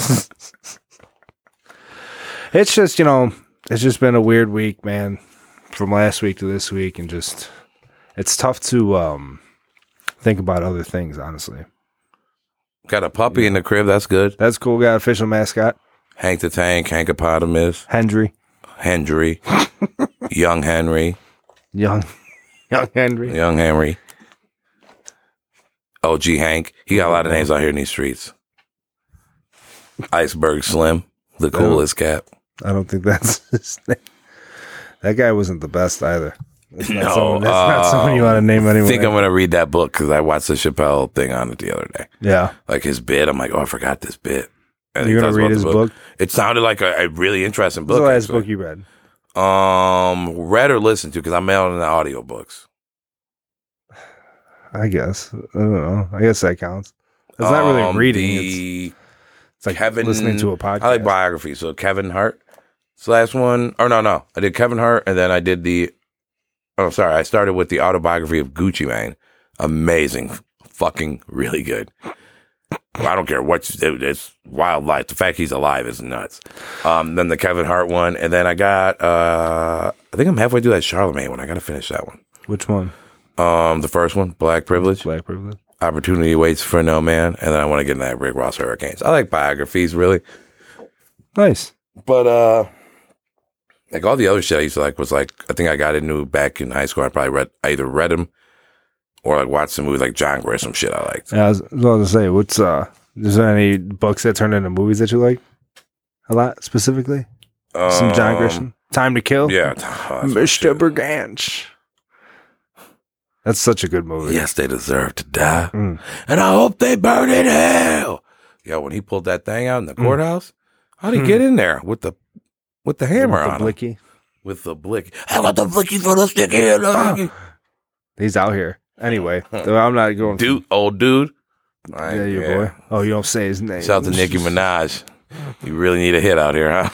it's just, you know, it's just been a weird week, man, from last week to this week and just it's tough to um think about other things, honestly. Got a puppy in the crib. That's good. That's cool. Got official mascot, Hank the Tank, Hankopotamus, Hendry. Henry, Young Henry, Young Young Henry. Young Henry, OG Hank. He got a lot of names out here in these streets. Iceberg Slim, the coolest cat. I don't think that's his name. That guy wasn't the best either. That's not, No, someone, that's not uh, someone you want to name I anyone. think I'm gonna read that book because I watched the Chappelle thing on it the other day. yeah. Like his bit, I'm like, oh, I forgot this bit. And he You're going talks to about read the his book? It sounded like a, a really interesting What's book. the last actually. book you read? Um, read or listened to because I'm out in the audiobooks. I guess. I don't know. I guess that counts. It's not really Um, reading. it's- The, It's like Kevin- listening to a podcast. I like biography. So Kevin Hart. It's the last one. Or no, no. I did Kevin Hart and then I did the Oh sorry, I started with the autobiography of Gucci Mane. Amazing. Fucking really good. I don't care what you do, it's wildlife. The fact he's alive is nuts. Um, then the Kevin Hart one, and then I got uh I think I'm halfway through that Charlemagne one. I gotta finish that one. Which one? Um the first one, Black Privilege. Black privilege. Opportunity waits for no man, and then I wanna get in that Rick Ross Hurricanes. I like biographies really. Nice. But uh like all the other shit I used to like was like I think I got into back in high school. I probably read I either read them or like watched some movies like John Grisham some shit I liked. Yeah, I was, I was going to say, what's uh? Is there any books that turned into movies that you like a lot specifically? Some John Um, Grisham. Time to Kill. Yeah, oh, that's my Mr. shit. Berganch. That's such a good movie. Yes, they deserve to die, Mm. and I hope they burn in hell. Yeah, when he pulled that thing out in the Mm. courthouse, how'd he Hmm. get in there with the with the hammer With the on him? Blicky. With the blick, I got the blicky for the stick here. Ah. He's out here. Anyway, though I'm not going. Dude, old dude. Like, yeah, your boy. Oh, you don't say his name. Shout out to Nicki Minaj. You really need a hit out here, huh?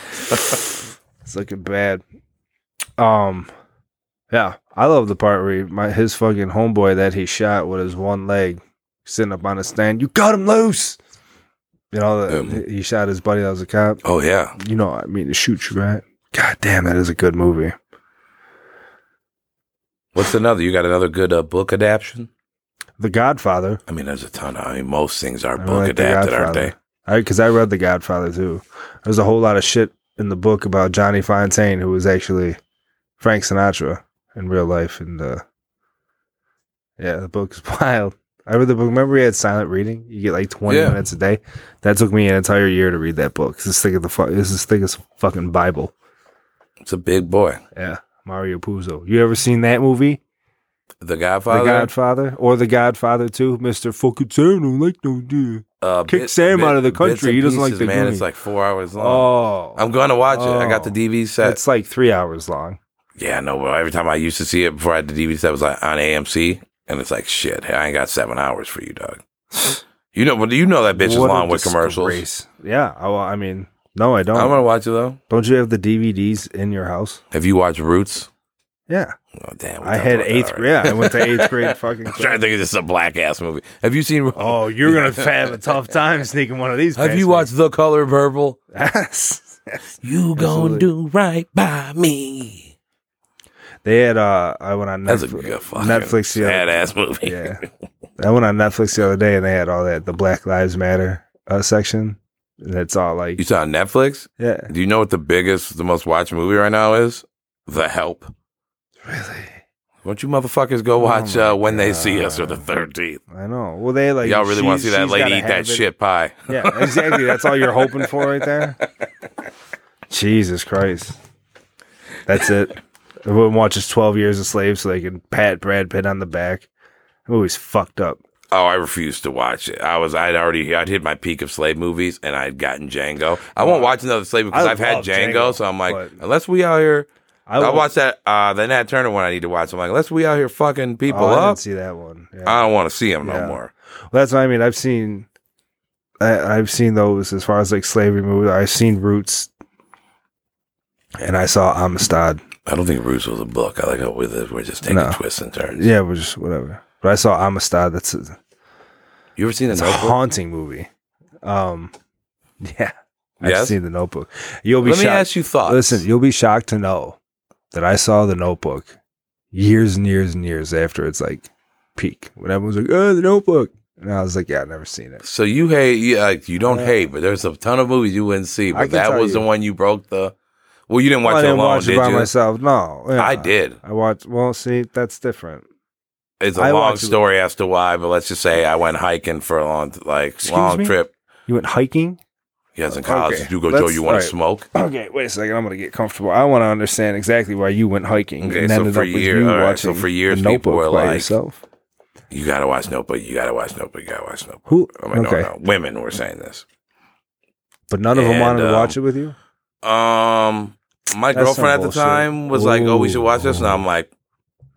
It's looking bad. Um, yeah, I love the part where he, my his fucking homeboy that he shot with his one leg sitting up on a stand. You cut him loose. You know, the, Um. he shot his buddy that was a cop. Oh yeah, You know, what I mean to shoot you, right? God damn, that is a good movie. what's another? You got another good uh, book adaptation? The Godfather. I mean, there's a ton. I mean, most things are I book like The adapted, aren't they? Godfather. Because I read The Godfather too. There's a whole lot of shit in the book about Johnny Fontaine, who was actually Frank Sinatra in real life. And uh, yeah, the book's wild. I read the book. Remember, we had silent reading. You get like 20 Yeah. minutes a day. That took me an entire year to read that book. It's as thick as the fu- it's as thick as fucking Bible. It's a big boy. Yeah, Mario Puzo. You ever seen that movie, The Godfather. The Godfather, or The Godfather Two? Mister fucking Sam don't like no dude. uh, Kick Sam out of the bits and country. He doesn't like pieces, the man. Goonies. It's like four hours long. Oh, I'm going to watch it. I got the Oh. DVD set. It's like three hours long. yeah, no. But every time I used to see it before I had the DVD set, it was like on AMC, and it's like shit. I ain't got seven hours for you, dog. You know, but you know that bitch is What a long with commercials. disgrace. Yeah. I, well, I mean, no, I don't. I'm gonna watch it though. don't you have the DVDs in your house? Have you watched Roots? Yeah. Oh damn! we I talked had about that eighth already. grade. Yeah, I went to eighth grade fucking. I'm trying to think of just a black ass movie. Have you seen? Oh, you're going to have a tough time sneaking one of these. have past you me. watched The Color Purple? Yes. Yes. You Absolutely. gonna do right by me? They had, uh, I went on That's a Netflix. good fucking Netflix the other- badass movie. Yeah. I went on Netflix the other day and they had all that, the Black Lives Matter uh, section. That's all like You saw it on Netflix? yeah. Do you know what the biggest, the most watched movie right now is? The Help. Really? Won't you motherfuckers go Oh watch my uh, When They See Us or the God. 13th? I know. Well, they like Y'all really want to she- see that she's lady gotta eat have that it. shit pie? Yeah, exactly. That's all you're hoping for right there. Jesus Christ. That's it. Everyone watches 12 Years a Slave so they can pat Brad Pitt on the back. That movie's fucked up. Oh, I refused to watch it. I was, I'd already, I'd hit my peak of slave movies, and I'd gotten Django. I won't watch another slave because I I've had love Django, Django, so I'm like, but- unless we out here, I, will- watched that uh, the Nat Turner one. I need to watch. I'm like, unless we out here fucking people Oh, I up, Uh, didn't see that one. Yeah. I don't want to see him Yeah. no more. Well, that's what I mean. I've seen, I, I've seen those as far as like slavery movies. I've seen Roots, and I saw Amistad. I don't think Roots was a book. I like how we- we're just taking No. twists and turns. Yeah, but just whatever. But I saw Amistad. That's a, You ever seen a it's a notebook? haunting movie. Um, yeah, I've Yes? seen The Notebook. You'll be Let me shocked. ask you thoughts. Listen, you'll be shocked to know that I saw The Notebook years and years and years after its like peak. When everyone was like, "Oh, The Notebook," and I was like, "Yeah, I've never seen it." so you hate, you, like, you don't Yeah. hate, but there's a ton of movies you wouldn't see. I But can that tell was you. the one you broke the. Well, you didn't watch I it didn't alone, watch did it by you? myself. No, I Yeah. did. I watched. Well, see, that's different. It's a I long watched it. story as to why, but let's just say I went hiking for a long, like, Excuse long me? trip. You went hiking. Yes, in college, Okay. did you go, Let's- Joe. You want all to right. smoke? Okay, wait a second. I'm gonna get comfortable. I want to understand exactly why you went hiking Okay, and so ended for up with year- you all right, so watching for years the people Notebook were by like- yourself. You got to watch Notebook. You got to watch Notebook. You got to watch Notebook. Who? "Oh, I mean, okay, no, no, women were saying this. but none of them wanted And, to watch it um, with you. Um, my That's some girlfriend at the bullshit. time was like, "Oh, we should watch this," and I'm like,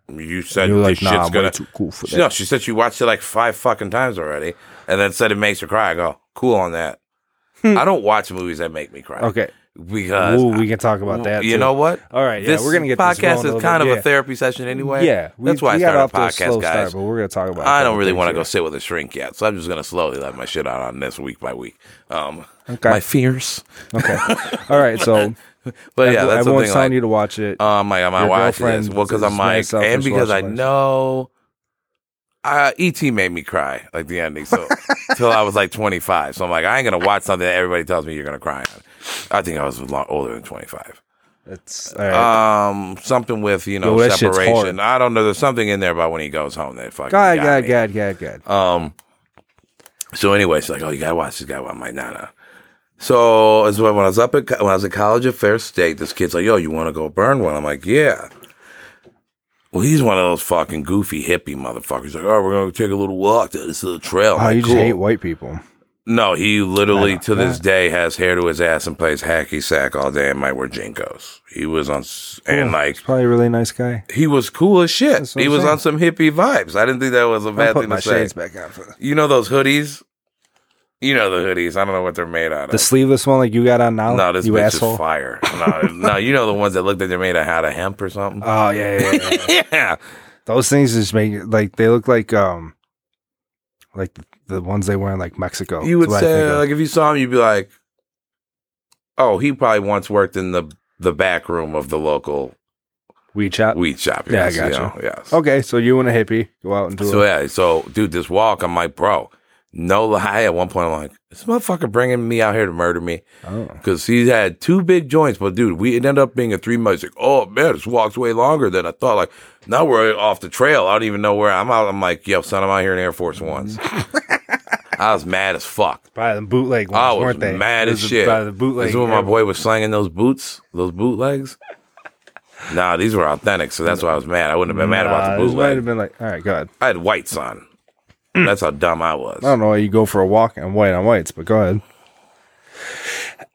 "You said You were like, this nah, shit's I'm way gonna." too cool for She- that. no, she said she watched it like five fucking times already, and then said it makes her cry. I go, "Cool on that." Hmm. I don't watch movies that make me cry Okay, because Ooh, we can talk about that. You too. know what? all right. Yeah, this we're gonna get this podcast going a is little kind of bit. a therapy session anyway. Yeah, we, That's we why I got started off to a a podcast, slow guys. start, but we're gonna talk about. I don't really want to go sit with a shrink yet, so I'm just gonna slowly let my shit out on this week by week. Um, go. Okay. my fears, okay. All right. So but yeah, everyone- that's everyone's something. telling Like, you to watch it. um, like, am I Your watching this? girlfriend Well, because I'm is like, myself and is because I watching this. know, uh, ET made me cry like the ending. So till I was like 25, so I'm like, I ain't gonna watch something that everybody tells me you're gonna cry on. I think I was a lot older than 25. It's all right. Um, something with you know Yo, that shit's hard. separation. I don't know. There's something in there about when he goes home that fucking God, got God, me. God, God, God. Um. So anyway, she's like, "Oh, you gotta watch this guy." I'm like, "Nah, nah." So it's when when I was up at co- when I was at college at Fair State, this kid's like, "Yo, you want to go burn one?" I'm like, "Yeah." Well, he's one of those fucking goofy hippie motherfuckers. Like, "Oh, we're gonna take a little walk to this little trail." I'm Oh, like, you just "Cool." hate white people. No, he I literally know. to this day has hair to his ass and plays hacky sack all day and might wear jinkos. He was on s and Cool. like He's probably a really nice guy. he was cool as shit. That's what He I'm was saying. on some hippie vibes. I didn't think that was a I'm bad putting thing my to say. shades back on for You know those hoodies? You know the hoodies. I don't know what they're made out of. the sleeveless one like you got on now. no, this you bitch asshole. is fire. No, no, you know the ones that look like they're made out of hemp or something. Oh yeah, yeah, yeah, yeah. yeah, Those things just make it- like they look like um, like the ones they wear in like Mexico. you would Oh, That's what I think say of. like if you saw him, you'd be like, "Oh, he probably once worked in the the back room of the local weed chop. weed shop." Yeah, I Yes, you gotcha. know, yes. Okay, so you and a hippie go out and do So it. yeah, so dude, this walk, I'm like, bro, no lie. At one point, I'm like, this motherfucker bringing me out here to murder me. Oh. because he had two big joints. But dude, we it ended up being a three months. Like, oh man, this walk's way longer than I thought. Like now we're off the trail. I don't even know where I'm out. I'm like, yo, son, I'm out here in Air Force Ones. I was mad as fuck. By the bootleg ones, I was weren't they? mad It as was shit. By the bootleg. This is when my boy was slanging those boots, those bootlegs. nah, these were authentic, so that's why I was mad. I wouldn't have been mad about the Nah, this might have bootleg. been like, all right, God, I had whites on. That's how dumb I was. I don't know why you go for a walk and white on whites, but go ahead.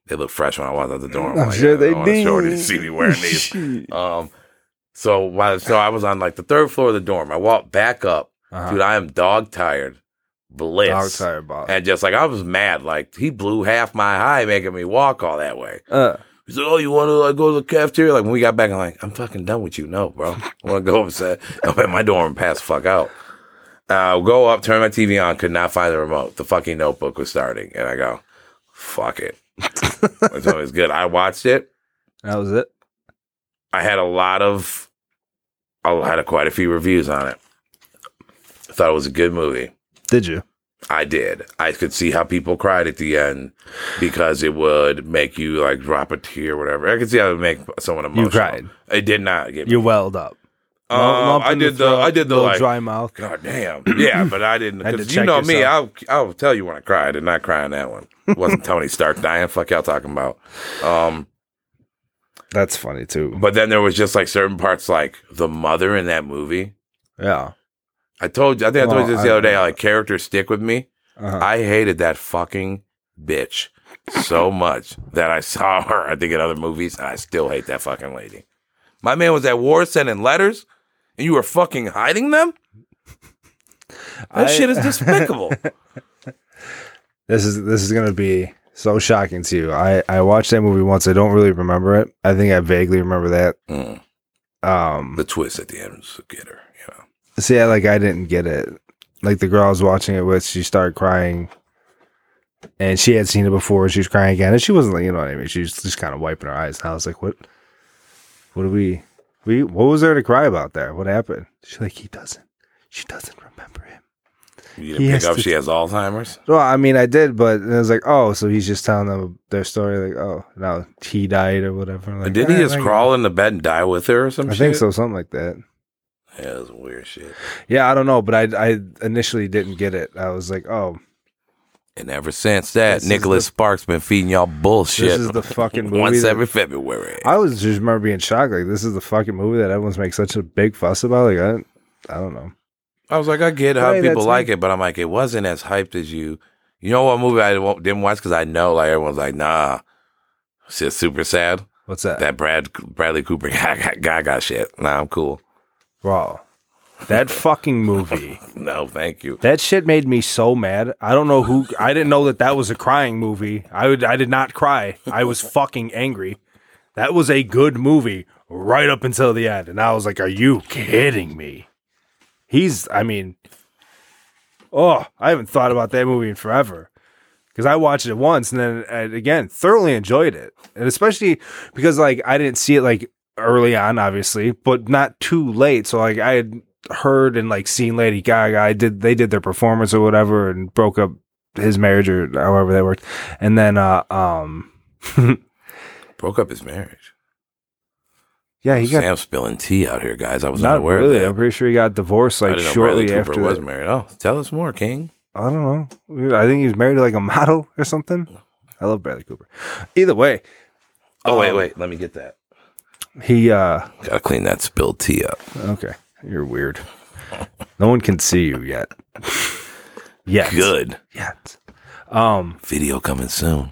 They look fresh when I walked out the door. I'm, I'm like, sure Oh, I they don't want Shorty to did. see me wearing these. Um, so while so I was on like the third floor of the dorm. I walked back up, Uh-huh. dude. I am dog tired, bliss, Dog tired boss. and just like I was mad. Like he blew half my high, making me walk all that way. Uh, He said, "Oh, you want to like go to the cafeteria?" Like when we got back, I'm like, "I'm fucking done with you, no, bro. I want to go upset. I'm at my dorm, and pass the fuck out." Uh, go up, turn my TV on. Could not find the remote. The fucking Notebook was starting, and I go, "Fuck it." That's always good. I watched it. that was it. I had a lot of, I had quite a few reviews on it. I thought it was a good movie. Did you? I did. I could see how people cried at the end because it would make you like drop a tear, or whatever. I could see how it would make someone emotional. cried. It did not get me. You welled up. Um, Lump I in the did the. throat, I did the little like. dry mouth. God damn. Yeah, but I didn't. Had to 'cause you check know me. I'll yourself. I'll tell you when I cried. I did not cry in that one. It wasn't Tony Stark dying. Fuck y'all talking about. Um, That's funny too. but then there was just like certain parts, like the mother in that movie. Yeah. I told you. I think I told Well, you this I- the other day. Like characters stick with me. Uh-huh. I hated that fucking bitch so much that I saw her, I think, in other movies, and I still hate that fucking lady. My man was at war sending letters, and you were fucking hiding them? I- That shit is despicable. This is this is gonna be so shocking to you. I I watched that movie once. I don't really remember it. I think I vaguely remember that. Mm. Um, The twist at the end was to get her, you know. see, I, like I didn't get it. Like the girl I was watching it with, she started crying, and she had seen it before. She was crying again, and she wasn't. like, You know what I mean? She was just kind of wiping her eyes. And I was like, "What? What do we? We? What was there to cry about there? What happened?" She's like, "He doesn't. She doesn't remember him." You He didn't has pick up to- she has Alzheimer's? Well, I mean, I did, but it was like, oh, so he's just telling them their story, like, oh, now he died or whatever. eh, Like, Didn't he "Alright, just I- crawl into bed and die with her or I some shit? think so, something like that. Yeah, that was weird shit. Yeah, I don't know, but I, I initially didn't get it. I was like, oh, And ever since that, This is Nicholas the- Sparks been feeding y'all bullshit this is the fucking movie. once that- every February. I was just remember being shocked, like, this is the fucking movie that everyone's making such a big fuss about. Like, I, I don't know. I was like, I get how Hey, people that's like me. it, but I'm like, it wasn't as hyped as you. You know what movie I won't- didn't watch because I know like everyone's like, nah, it's just super sad. What's that? That Brad Bradley Cooper Gaga shit. Nah, I'm cool. Raw. That fucking movie. No, thank you. That shit made me so mad. I don't know who. I didn't know that that was a crying movie. I would, I did not cry. I was fucking angry. That was a good movie right up until the end, and I was like, "Are you kidding me?" He's. I mean, oh, I haven't thought about that movie in forever because I watched it once and then and again thoroughly enjoyed it, and especially because like I didn't see it like early on, obviously, but not too late. So like I had heard and like seen Lady Gaga, I did they did their performance or whatever and broke up his marriage or however that worked, and then uh um Broke up his marriage. yeah he got Sam's spilling tea out here, guys. I was not not aware really. of I'm that. pretty sure he got divorced I like didn't know shortly Bradley after. Cooper was that. married. Oh, tell us more, King. I don't know. I think he was married to like a model or something. I love Bradley Cooper. Either way, Oh, wait, Um, wait. Let me get that. he uh Gotta clean that spilled tea up. Okay. You're weird. No one can see you yet. Yet. Good. Yet. Um, Video coming soon.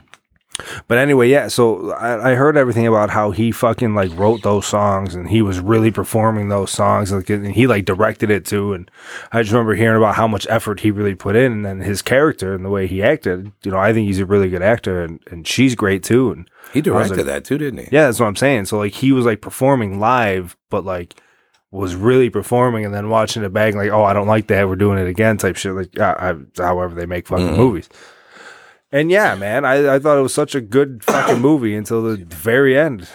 but anyway, yeah. So I, I heard everything about how he fucking like wrote those songs and he was really performing those songs. Like, and he like directed it too. And I just remember hearing about how much effort he really put in and then his character and the way he acted. You know, I think he's a really good actor and, and she's great too. And He directed like- that too, didn't he? yeah, that's what I'm saying. So like he was like performing live, but like was really performing and then watching it back like, oh, I don't like that. We're doing it again, type shit. Like uh, I, however they make fucking Mhm. movies. And yeah, man, I, I thought it was such a good fucking movie until the very end,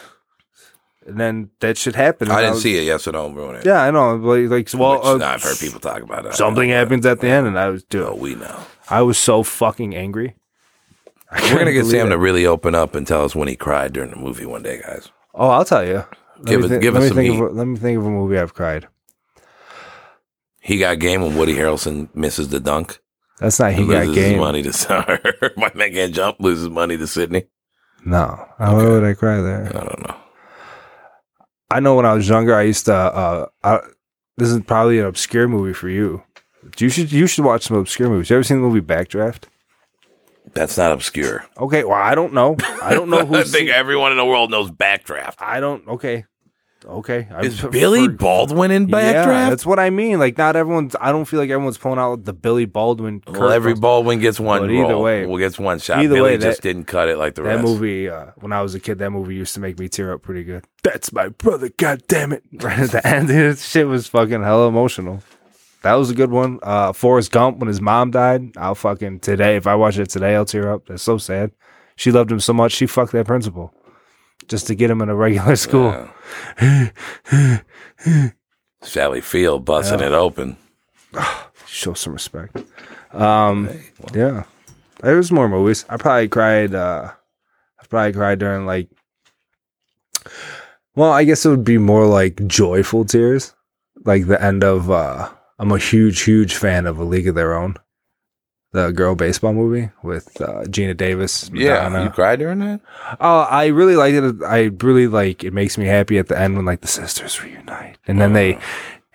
and then that shit happened. I and didn't was- see it yet, so don't ruin it. Yeah, I know. Like, like well, Which, uh, nah, I've heard people talk about it. something happens at the end, and I was Oh, dude, we know. I was so fucking angry. I We're gonna couldn't get believe Sam it. to really open up and tell us when he cried during the movie one day, guys. Oh, I'll tell you. Let Give me us- thi- give let us me some think heat. Of a, let me think of a movie I've cried. He got game when Woody Harrelson misses the dunk. That's not he and got loses game. his money to Summer. My man can't jump, loses money to Sydney. No, Uh, why Okay. would I cry I there? don't know. I know when I was younger, I used to. Uh, I, this is probably an obscure movie for you. You should you should watch some obscure movies. You ever seen the movie Backdraft? That's not obscure. Okay, well I don't know. I don't know I who's. think seen- everyone in the world knows Backdraft. I don't. Okay, okay. I Is prefer- Billy Baldwin in Yeah, Backdraft? that's what I mean. Like not everyone's. I don't feel like everyone's pulling out the Billy Baldwin. well, Kurt every Russell. Baldwin gets one. But either role. way- well, gets one shot. either Billy way, just that- didn't cut it like the That rest. movie, uh, when I was a kid, that movie used to make me tear up pretty good. That's my brother, god damn it. Right at the end, this shit was fucking hella emotional. That was a good one. Uh, Forrest Gump, when his mom died, I'll fucking today, if I watch it today, I'll tear up. That's so sad. She loved him so much, she fucked that principal just to get him in a regular school. Yeah. Sally Field busting Yeah. it open. Show some respect. Um, Hey, well, yeah, there was more movies. I probably cried. Uh, I probably cried during like. Well, I guess it would be more like joyful tears, like the end of. uh I'm a huge, huge fan of A League of Their Own, the girl baseball movie with uh, Gina Davis. yeah, Madonna. you cried during that. Oh, I really liked it. I really like it. Makes me happy at the end when like the sisters reunite, and then they,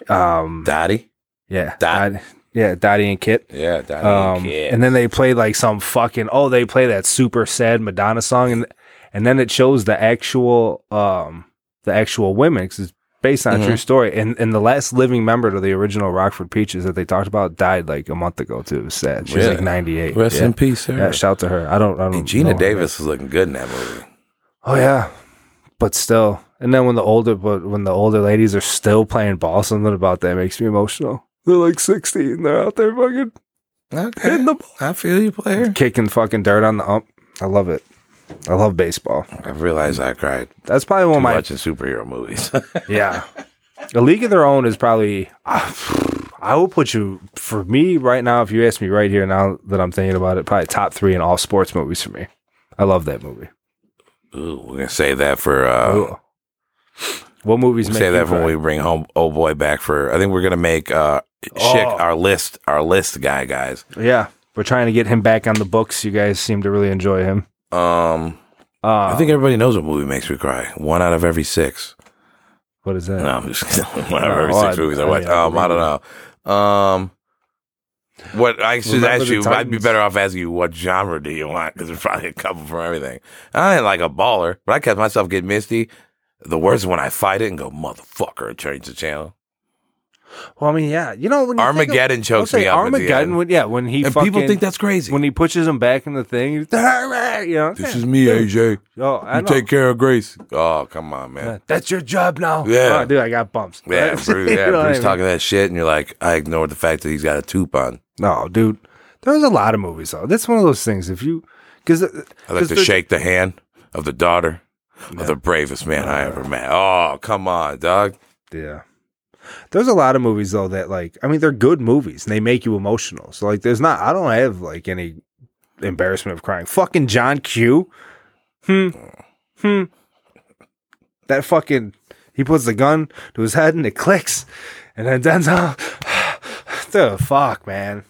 Uh, um, Dottie. yeah, Dot. Dot- yeah, Dottie and Kit. Yeah, Dottie. Um, yeah. and then they play like some fucking oh, they play that super sad Madonna song, and and then it shows the actual um the actual women 'cause it's based on Mhm. a true story, and and the last living member to the original Rockford Peaches that they talked about died like a month ago too. It was sad. She was like Really? ninety eight. Rest yeah. in peace, sir. Yeah, shout to her. I don't. I don't. Hey, Gina know her. Davis was looking good in that movie. Oh yeah, but still. And then when the older, but when the older ladies are still playing ball, something about that makes me emotional. They're like sixty and they're out there fucking hitting Okay. the ball, I feel you, player. kicking fucking dirt on the ump. I love it. I love baseball. I realized I cried That's probably one of Oh my watching superhero movies. yeah. A League of Their Own is probably. ah, I will put you for me right now. If you ask me right here now that I'm thinking about it, probably top three in all sports movies for me. I love that movie. Ooh, we're gonna say that for uh, Ooh. What movies We'll make say Oh, you that when cry? we bring home oh boy back for I think we're gonna make uh Chick Oh. our list our list guy guys. Yeah, we're trying to get him back on the books. You guys seem to really enjoy him. Um Uh, I think everybody knows what movie makes me cry. One out of every six. what is that? No, I'm just kidding. One out of Oh, every well, six I- movies I I watch. mean, I um, I don't know. Um what I should Remember ask the you, I'd be Titans. better off asking you what genre do you want because there's probably a couple from everything. I ain't like a baller, but I catch myself get misty. The worst is when I fight it and go motherfucker, change the channel. Well, I mean, yeah, you know, when you think of- Armageddon I'll chokes say me up. at the Armageddon. end. When, yeah, when he and fucking, people think that's crazy. when he pushes him back in the thing. he's, You know, This is me, AJ. Oh, I You know. take care of Grace. Oh, come on, man. That's your job now. Yeah. Oh, dude, I got bumps. Yeah, Bruce, yeah, You know what I Bruce mean? talking that shit, and you're like, I ignored the fact that he's got a tube on. No, dude, there's a lot of movies though. That's one of those things. If you, uh, because I like to shake the hand of the daughter of the bravest man I ever met. Oh, come on, dog. Yeah. There's a lot of movies though that like I mean they're good movies and they make you emotional. So like there's not I don't have like any embarrassment of crying. Fucking John Q. Hmm. Hmm. That fucking he puts the gun to his head and it clicks. And then Denzel the fuck, man.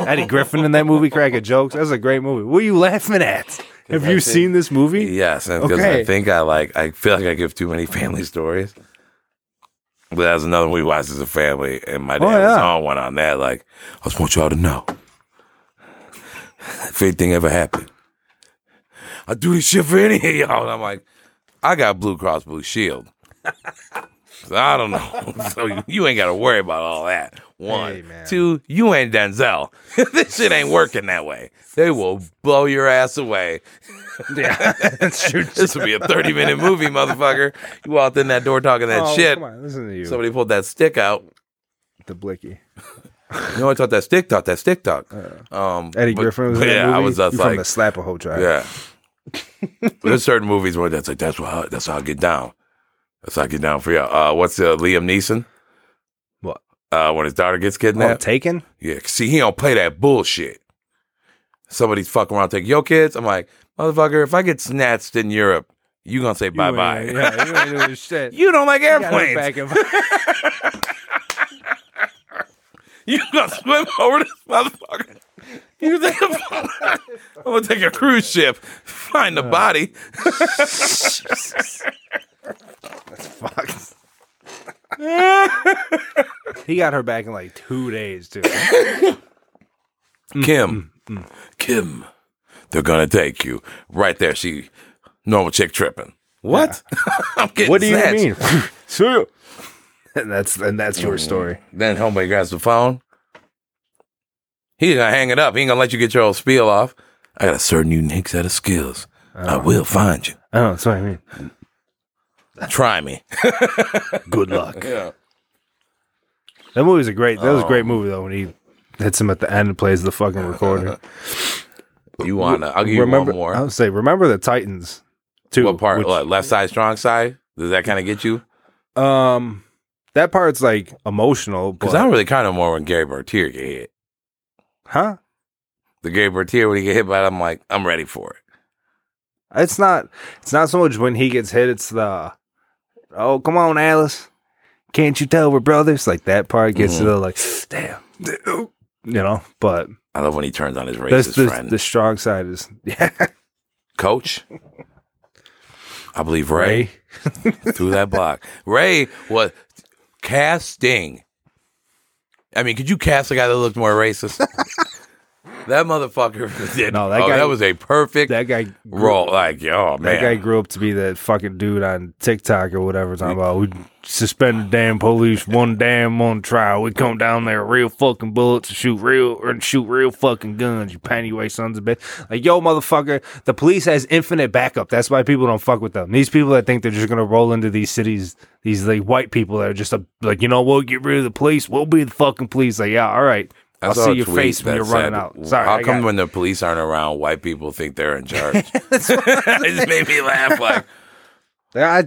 Eddie Griffin in that movie crack of jokes. That's a great movie. What are you laughing at? Have I you think- seen this movie? Yes, and because I Okay. think I like, I feel like I give too many family stories. But that was another one we watched as a family, and my dad Oh, was yeah. on one on that. Like, I just want y'all to know, if anything ever happened, I do this shit for any of y'all. And I'm like, I got Blue Cross Blue Shield. So I don't know. so you ain't got to worry about all that. One, Hey, man. two, you ain't Denzel. this shit ain't working that way. They will blow your ass away. Yeah. Shoot. This would be a 30 minute movie, motherfucker. You walked in that door talking that Oh, shit. Come on, listen to you. Somebody pulled that stick out. the blicky. You know, I taught that stick talk, that stick talk. Um, Uh, Eddie but- Griffin was but in that yeah, movie. I was just you like, from the slap a hoe tribe. yeah. There's certain movies where that's like, that's how, that's how I get down. That's how I get down for you. Uh, what's uh, Liam Neeson? What? Uh, when his daughter gets Oh, kidnapped? Taken? yeah, see, he don't play that bullshit. Somebody's fucking around, take yo kids. I'm like, motherfucker, if I get snatched in Europe, you gonna say bye bye. Yeah, you ain't doing shit. You don't like You gotta airplanes. back and- You gonna swim over this motherfucker? You think I'm, I'm gonna take a cruise ship, find the body? Fuck. he got her back in like two days, too. Mm, Kim, Kim, they're gonna take you right there. She normal chick tripping. What? I'm getting What do you snatched. mean? Sue. And that's and that's Mm. your story. Then homeboy grabs the phone. He gonna hang it up. He ain't gonna let you get your old spiel off. I got a certain unique set of skills. I Uh. will find you. Oh, that's what I mean. Try me. Good luck. Yeah. That movie's a great. That was a great Oh. movie though. When he hits him at the end and plays the fucking recorder. You wanna? Uh, I'll give you remember, one more. I would say, remember the Titans. Too. What part? which- what, left side, strong side? Does that kind of get you? Um, that part's like emotional, Because but I'm really kind of more when Gary Bartier get hit. Huh? The Gary Bertier when he get hit by it, I'm like, I'm ready for it. It's not. It's not so much when he gets hit. It's the, oh come on, Alice, can't you tell we're brothers? Like that part gets Mhm. a little like, damn, you know. But I love when he turns on his racist that's the, friend. the strong side is yeah, Coach, I believe Ray, through that block. Ray was casting. I mean, could you cast a guy that looked more racist? that motherfucker did. No, that oh, guy- that was a perfect That guy. role. Like, oh man, That guy grew up to be that fucking dude on TikTok or whatever. Talking about we suspend the damn police one damn one trial. We come down there real fucking bullets and shoot real and shoot real fucking guns. You panty white sons of bitch. Like yo, motherfucker. The police has infinite backup. That's why people don't fuck with them. These people that think they're just gonna roll into these cities. These like white people that are just uh, like you know we'll get rid of the police. We'll be the fucking police. Like yeah, all right. I I'll saw see a your tweet face when that you're running said, out. Sorry, How I come got- when the police aren't around, white people think they're in charge? it just made me laugh. Like,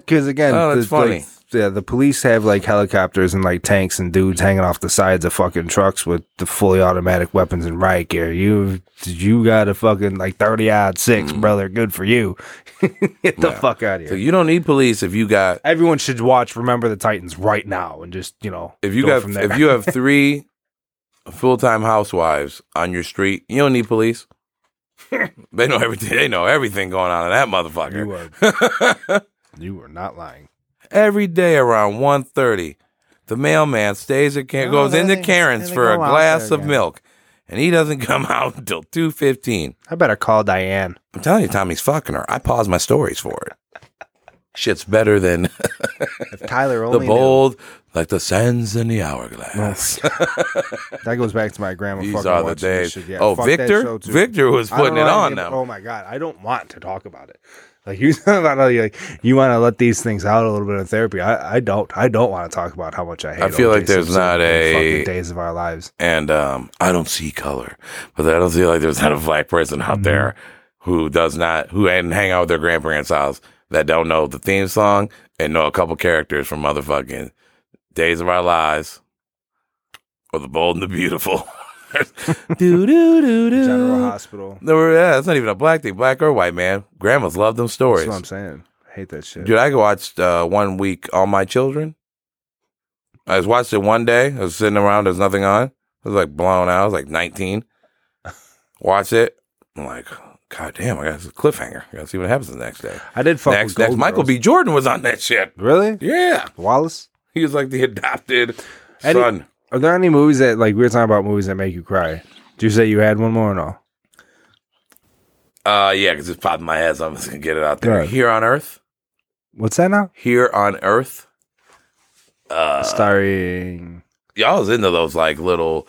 Because again, Oh, that's the- like, funny. yeah, the police have like helicopters and like tanks and dudes hanging off the sides of fucking trucks with the fully automatic weapons and riot gear. You you got a fucking like thirty odd six, brother. Good for you. Get the Mm. Yeah. fuck out of so here. you don't need police if you got Everyone should watch Remember the Titans right now and just you know if you go got if you have three full time housewives on your street, you don't need police. they know everything. They know everything going on in that you motherfucker. are you are not lying. Every day around 1.30, the mailman stays at Karen, Oh, goes they- into they- Karen's they for a go out glass there of again. milk, and he doesn't come out until two fifteen. I better call Diane. I'm telling you, Tommy's fucking her. I pause my stories for it. Shit's better than If Tyler the only knew. bold, like the sands in the hourglass. that goes back to my grandma. These fucking are the watching this days. shit. Yeah, oh, fuck that Victor, show too. Victor was I don't putting it know on anything- now. Oh my god, I don't want to talk about it. Like you, about how you like you want to let these things out a little bit in therapy. I, I don't. I don't want to talk about how much I hate. feel O.J. like there's Simpson and not the a- fucking days of our lives. And um, I don't see color, but I don't feel like there's not a black person out Mm-hmm. there who does not who and hang out with their grandparents' house that don't know the theme song and know a couple characters from motherfucking Days of Our Lives or The Bold and the Beautiful. do do do do. General Hospital. No, yeah, that's not even a black thing, black or white man. Grandmas love them That's stories. what I'm saying. I hate that shit. Dude, I watched uh, one week All My Children. I just watched it one day. I was sitting around, there's nothing on. I was like blown out. I was like 19. Watch it. I'm like, God damn, I got this cliffhanger. I gotta see what happens the next day. I did fuck Next, with next Golden Michael Girls. B. Jordan was on that shit. Really, Yeah. Wallace? He was like the adopted Any- son. Are there any movies that like we were talking about movies that make you cry? Did you say you had one more or no? Uh, yeah, because it's popping my head, so I'm just gonna get it out there. Right. Here on Earth. What's that now? Here on Earth. Uh, Starring. y'all was into those like little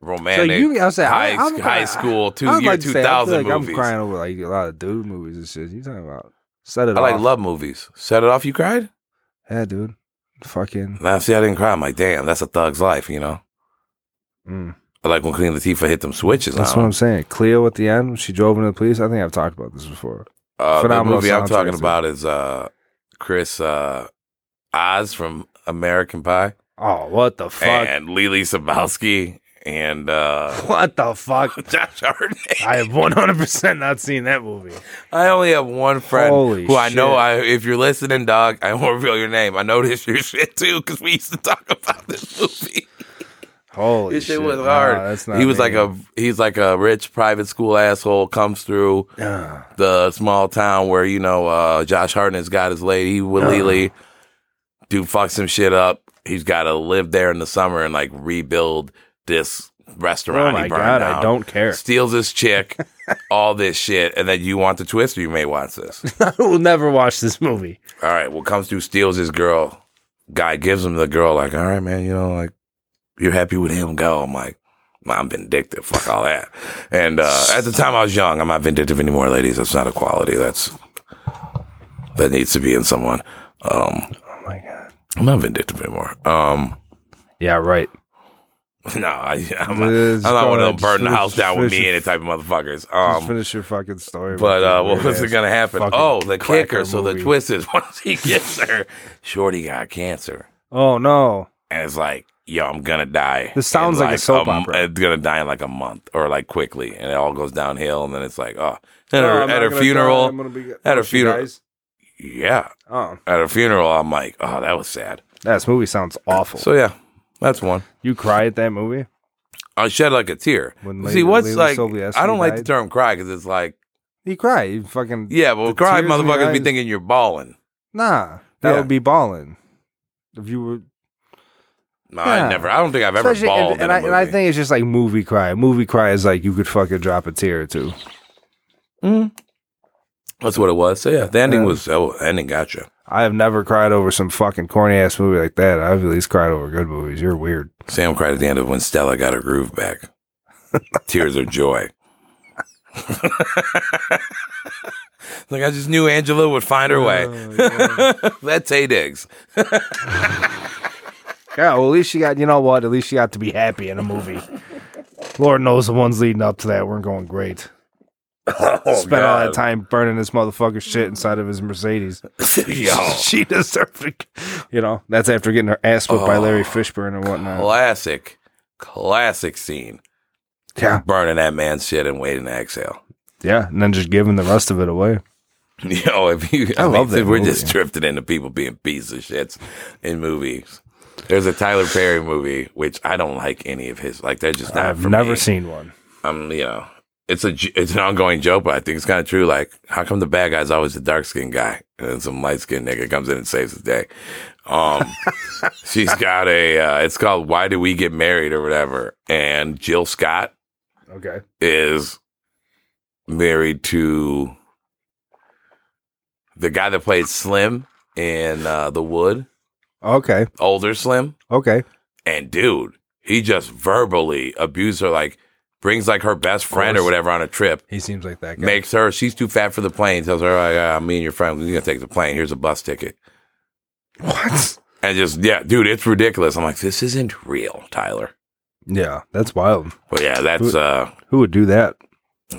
romantic. I was saying, high, I- I'm high cry- school two I was year about to two say, I feel thousand like movies. I'm crying over like a lot of dude movies and shit. You talking about? Set it I like off. love movies. Set it off. You cried? Yeah, dude. Fucking. Nah, see, I didn't cry. I'm like, damn, that's a thug's life, you know. Mm. I like when Queen Latifah hit them switches. That's on. what I'm saying. Cleo at the end, when she drove into the police. I think I've talked about this before. uh, the phenomenal movie I'm soundtrack, talking too. about is uh, Chris uh, Oz from American Pie Oh, what the fuck? and Lily Sabowski and uh, What the fuck? Josh Hartnett. I have 100% not seen that movie. I only have one friend Holy who I know. shit. I if you're listening, dog, I won't reveal your name. I noticed your shit too because we used to talk about this movie. Holy This shit. shit was Nah, hard. that's not he was me. like a he's like a rich private school asshole comes through Ah, the small town where you know uh, Josh Hartnett's got his lady. He Uh-huh. with Lily, dude fucks some shit up. He's got to live there in the summer and like rebuild this oh restaurant. he my burned god, down. I don't care. Steals his chick, all this shit, and then you want the twist, or you may watch this. I will never watch this movie. all right, well, comes through, steals his girl. Guy gives him the girl, like, all right, man, you know, like, you're happy with him, go. I'm like, "Nah, I'm vindictive, fuck all that. And uh, at the time I was young, I'm not vindictive anymore, ladies. That's not a quality. That's, that needs to be in someone. Um, Oh my god. I'm not vindictive anymore. Um, Yeah, right. no, I, I'm, not, I'm Just not go ahead, one of them just burning the finish- house down with finish me your- and the type of motherfuckers. Just Um, finish your fucking story. But about uh, this what was weird it going to happen? fucking Oh, the kicker. cracker So the movie. twist is once he gets her, Shorty got cancer. ass- Oh no. And it's like, yo, I'm gonna die. This sounds in, like a soap m- opera. It's gonna die in like a month or like quickly, and it all goes downhill, and then it's like, oh, at Oh, her, I'm at not her gonna die, funeral, I'm gonna be- at her she funeral- dies? yeah, Oh, at her funeral, I'm like, oh, that was sad. this movie sounds awful. So yeah, that's one. you cry at that movie? I shed like a tear. When See, Leo- what's Leo like? Sobieski I don't like the died? term cry because it's like, You cry. You fucking yeah, well, The cry tears in your motherfuckers be eyes. thinking you're balling. nah. That Yeah. would be balling. If you were, No, Yeah. I never. I don't think I've ever Especially- bawled. and, in and a I, and I movie. think it's just like movie cry. Movie cry is like you could fucking drop a tear or two. that's what it was. So yeah, the ending Yeah. was. Oh, ending gotcha. I have never cried over some fucking corny ass movie like that. I've at least cried over good movies. You're weird. Sam cried at the end of when Stella got her groove back. Tears of joy. like I just knew Angela would find her way. Oh, That's a digs. Yeah, well, at least she got, you know what? At least she got to be happy in a movie. Lord knows the ones leading up to that weren't going great. Oh, Spent all that time burning this motherfucker shit inside of his Mercedes. time. Yo, she deserved it. You know, that's after getting her ass whipped Oh. by Larry Fishburne and whatnot. classic, classic scene. Yeah. Burning that man's shit and waiting to exhale. Yeah, and then just giving the rest of it away. Yo, if you, I I, love love that We're movie. just drifting into people being pieces of shits in movies. There's a Tyler Perry movie which I don't like any of his. Like they're just not. I've for never me. seen one. I'm, you know, it's a j- it's an ongoing joke, but I think it's kind of true. Like, how come the bad guy's always the dark skinned guy, and then some light skinned nigga comes in and saves the day? Um, she's got a. Uh, it's called "Why Do We Get Married" or whatever, and Jill Scott Okay. is married to the guy that played Slim in uh, The Wood, Okay. older Slim. Okay. And dude, he just verbally abused her, like brings like her best friend or course. whatever on a trip, He seems like that guy. makes her, she's too fat for the plane, tells her, "All right, uh, me and your friend, we're going to take the plane. Here's a bus ticket. What? And just, yeah, dude, it's ridiculous. I'm like, this isn't real, Tyler. Yeah, that's wild. But yeah, that's, uh, Who would do that?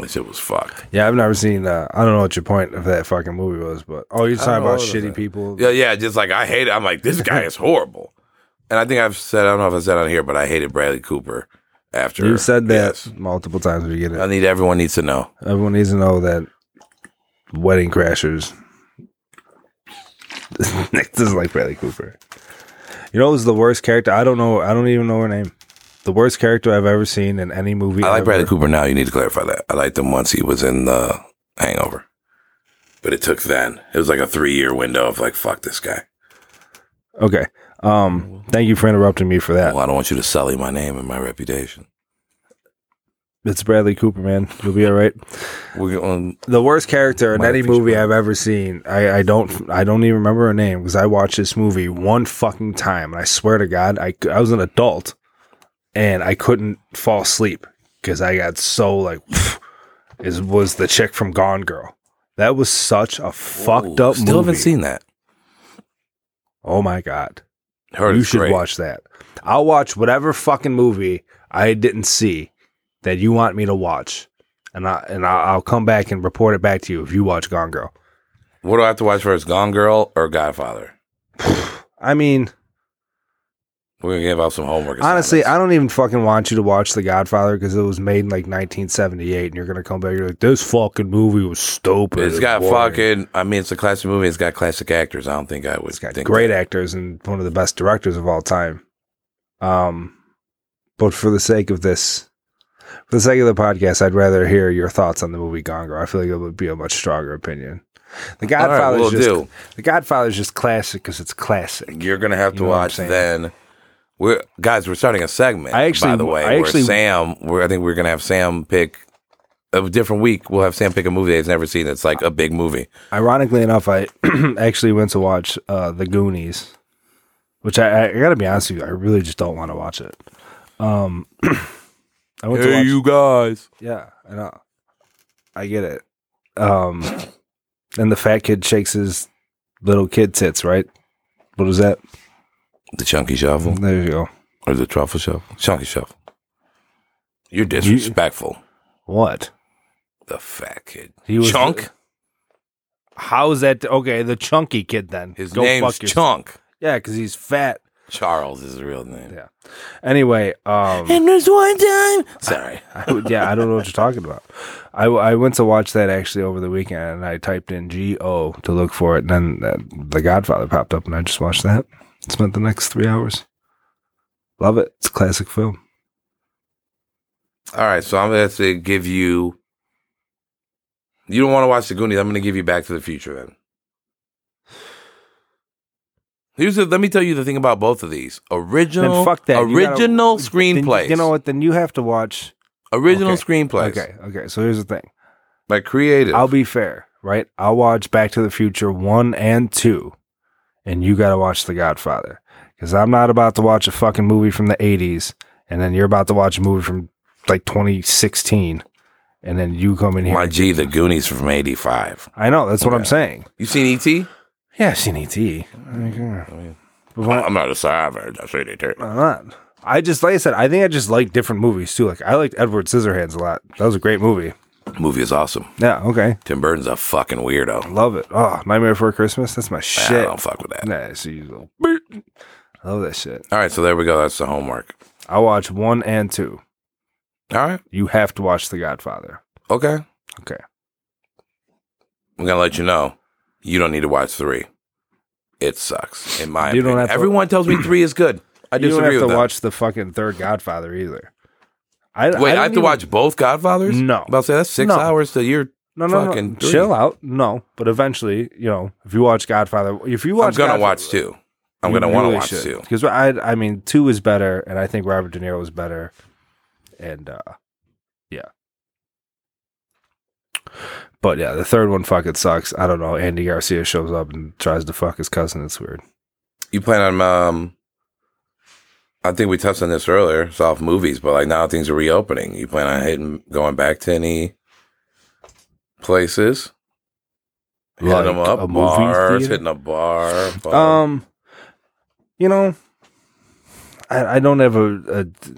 this shit was fucked. Yeah, I've never seen. Uh, I don't know what your point of that fucking movie was, but oh, you're I talking don't know about what it shitty was. people. Yeah, yeah, just like I hate it. I'm like, this guy is horrible. And I think I've said, I don't know if I said on here, but I hated Bradley Cooper after. You said that Yes. multiple times when you get it. I need everyone needs to know. Everyone needs to know that Wedding Crashers. Nick doesn't like Bradley Cooper. You know who's the worst character? I don't know. I don't even know her name. The worst character I've ever seen in any movie. I like ever. Bradley Cooper now. You need to clarify that. I liked him once he was in the Hangover, but it took then. It was like a three year window of like, fuck this guy. Okay. Um. Thank you for interrupting me for that. Well, I don't want you to sully my name and my reputation. It's Bradley Cooper, man. You'll be all right. We're going. the worst character in Might any have featured movie her. I've ever seen. I, I don't I don't even remember her name because I watched this movie one fucking time, and I swear to God, I I was an adult, and I couldn't fall asleep because I got so like is was the chick from Gone Girl. That was such a fucked Ooh, up Still movie. haven't seen that. oh my god, Heard you it's should great. watch that. I'll watch whatever fucking movie I didn't see that you want me to watch, and I and I, I'll come back and report it back to you if you watch Gone Girl. What do I have to watch first? Gone Girl or Godfather? I mean. We're gonna give out some homework. Honestly, assignments. I don't even fucking want you to watch The Godfather because it was made in like 1978, and you're gonna come back. You're like, this fucking movie was stupid. It's got boring." fucking. I mean, it's a classic movie. It's got classic actors. I don't think I would. It's got think great actors and one of the best directors of all time. Um, but for the sake of this, for the sake of the podcast, I'd rather hear your thoughts on the movie Gone Girl. I feel like it would be a much stronger opinion. The All right, Godfather will is just do. The Godfather is just classic because it's classic. You're gonna have You to know what I'm watch saying. then. We're guys. We're starting a segment. I actually- by the way, I where actually- Sam. Where I think we're gonna have Sam pick a different week. We'll have Sam pick a movie that he's never seen. That's like a big movie. Ironically enough, I actually went to watch uh, The Goonies, which I, I, gotta be honest with you, I really just don't want to watch it. Um, I went to watch, guys. yeah, I know, I get it. Um, and the fat kid shakes his little kid tits, right? What is that? The chunky shovel There you go. or the truffle shovel? Chunky shovel. You're disrespectful. What? The fat kid. He was- Chunk. How is that? Okay, the chunky kid then. His Go name's fuck yourself. Chunk. Yeah, because he's fat Charles is his real name. Yeah. Anyway, um, And there's one time. Sorry. I would- yeah, I don't know what you're talking about. I, I went to watch that actually over the weekend, and I typed in G O to look for it, and then that, The Godfather popped up, and I just watched that. Spent the next three hours. Love it. It's a classic film. All right, so I'm gonna have to give you. You don't want to watch the Goonies. I'm gonna give you Back to the Future then. Here's the, let me tell you the thing about both of these original Then fuck that. You gotta- original Then you- screenplays. you know what? Then you have to watch. Original Okay. screenplays. Okay, okay. So here's the thing. Like creative. I'll be fair, right? I'll watch Back to the Future 1 and 2, and you got to watch The Godfather. Because I'm not about to watch a fucking movie from the 80s, and then you're about to watch a movie from like 2016, and then you come in here. My G, the Goonies from '85. I know, that's what I'm Okay. saying. You seen E E.T.? Yeah, I've seen ET. Like, uh, but when- I'm not a savage. I seen E.T. I'm not. I just, like I said, I think I just like different movies too. Like, I liked Edward Scissorhands a lot. That was a great movie. Movie is awesome. Yeah, okay. Tim Burton's a fucking weirdo. Love it. Oh, Nightmare Before Christmas? That's my I shit. don't fuck with that. Nah, see you little. I love that shit. All right, so there we go. That's the homework. I watch one and two. All right. You have to watch The Godfather. Okay. Okay. I'm gonna let you know. You don't need to watch three. It sucks, in my You don't opinion. have to- Everyone tells me three is good. I you don't have disagree to with that. watch the fucking third Godfather either. I, Wait, I, don't have to even- watch both Godfathers. No. I'm about to say that's six No. hours to your. No, no, fucking no. three. Chill out. No, but eventually, you know, if you watch Godfather, if you watch, I'm gonna Godfather, watch two. I'm gonna want to watch two. because I, I mean, two is better, and I think Robert De Niro is better, and uh, yeah. But yeah, the third one fucking sucks. I don't know. Andy Garcia shows up and tries to fuck his cousin. It's weird. You plan on um. I think we touched on this earlier. It's off movies, but like now things are reopening. You plan on hitting going back to any places? Hitting Like them up, a movie bars, theater? hitting a bar. bar. Um, you know, I, I don't have a, a d-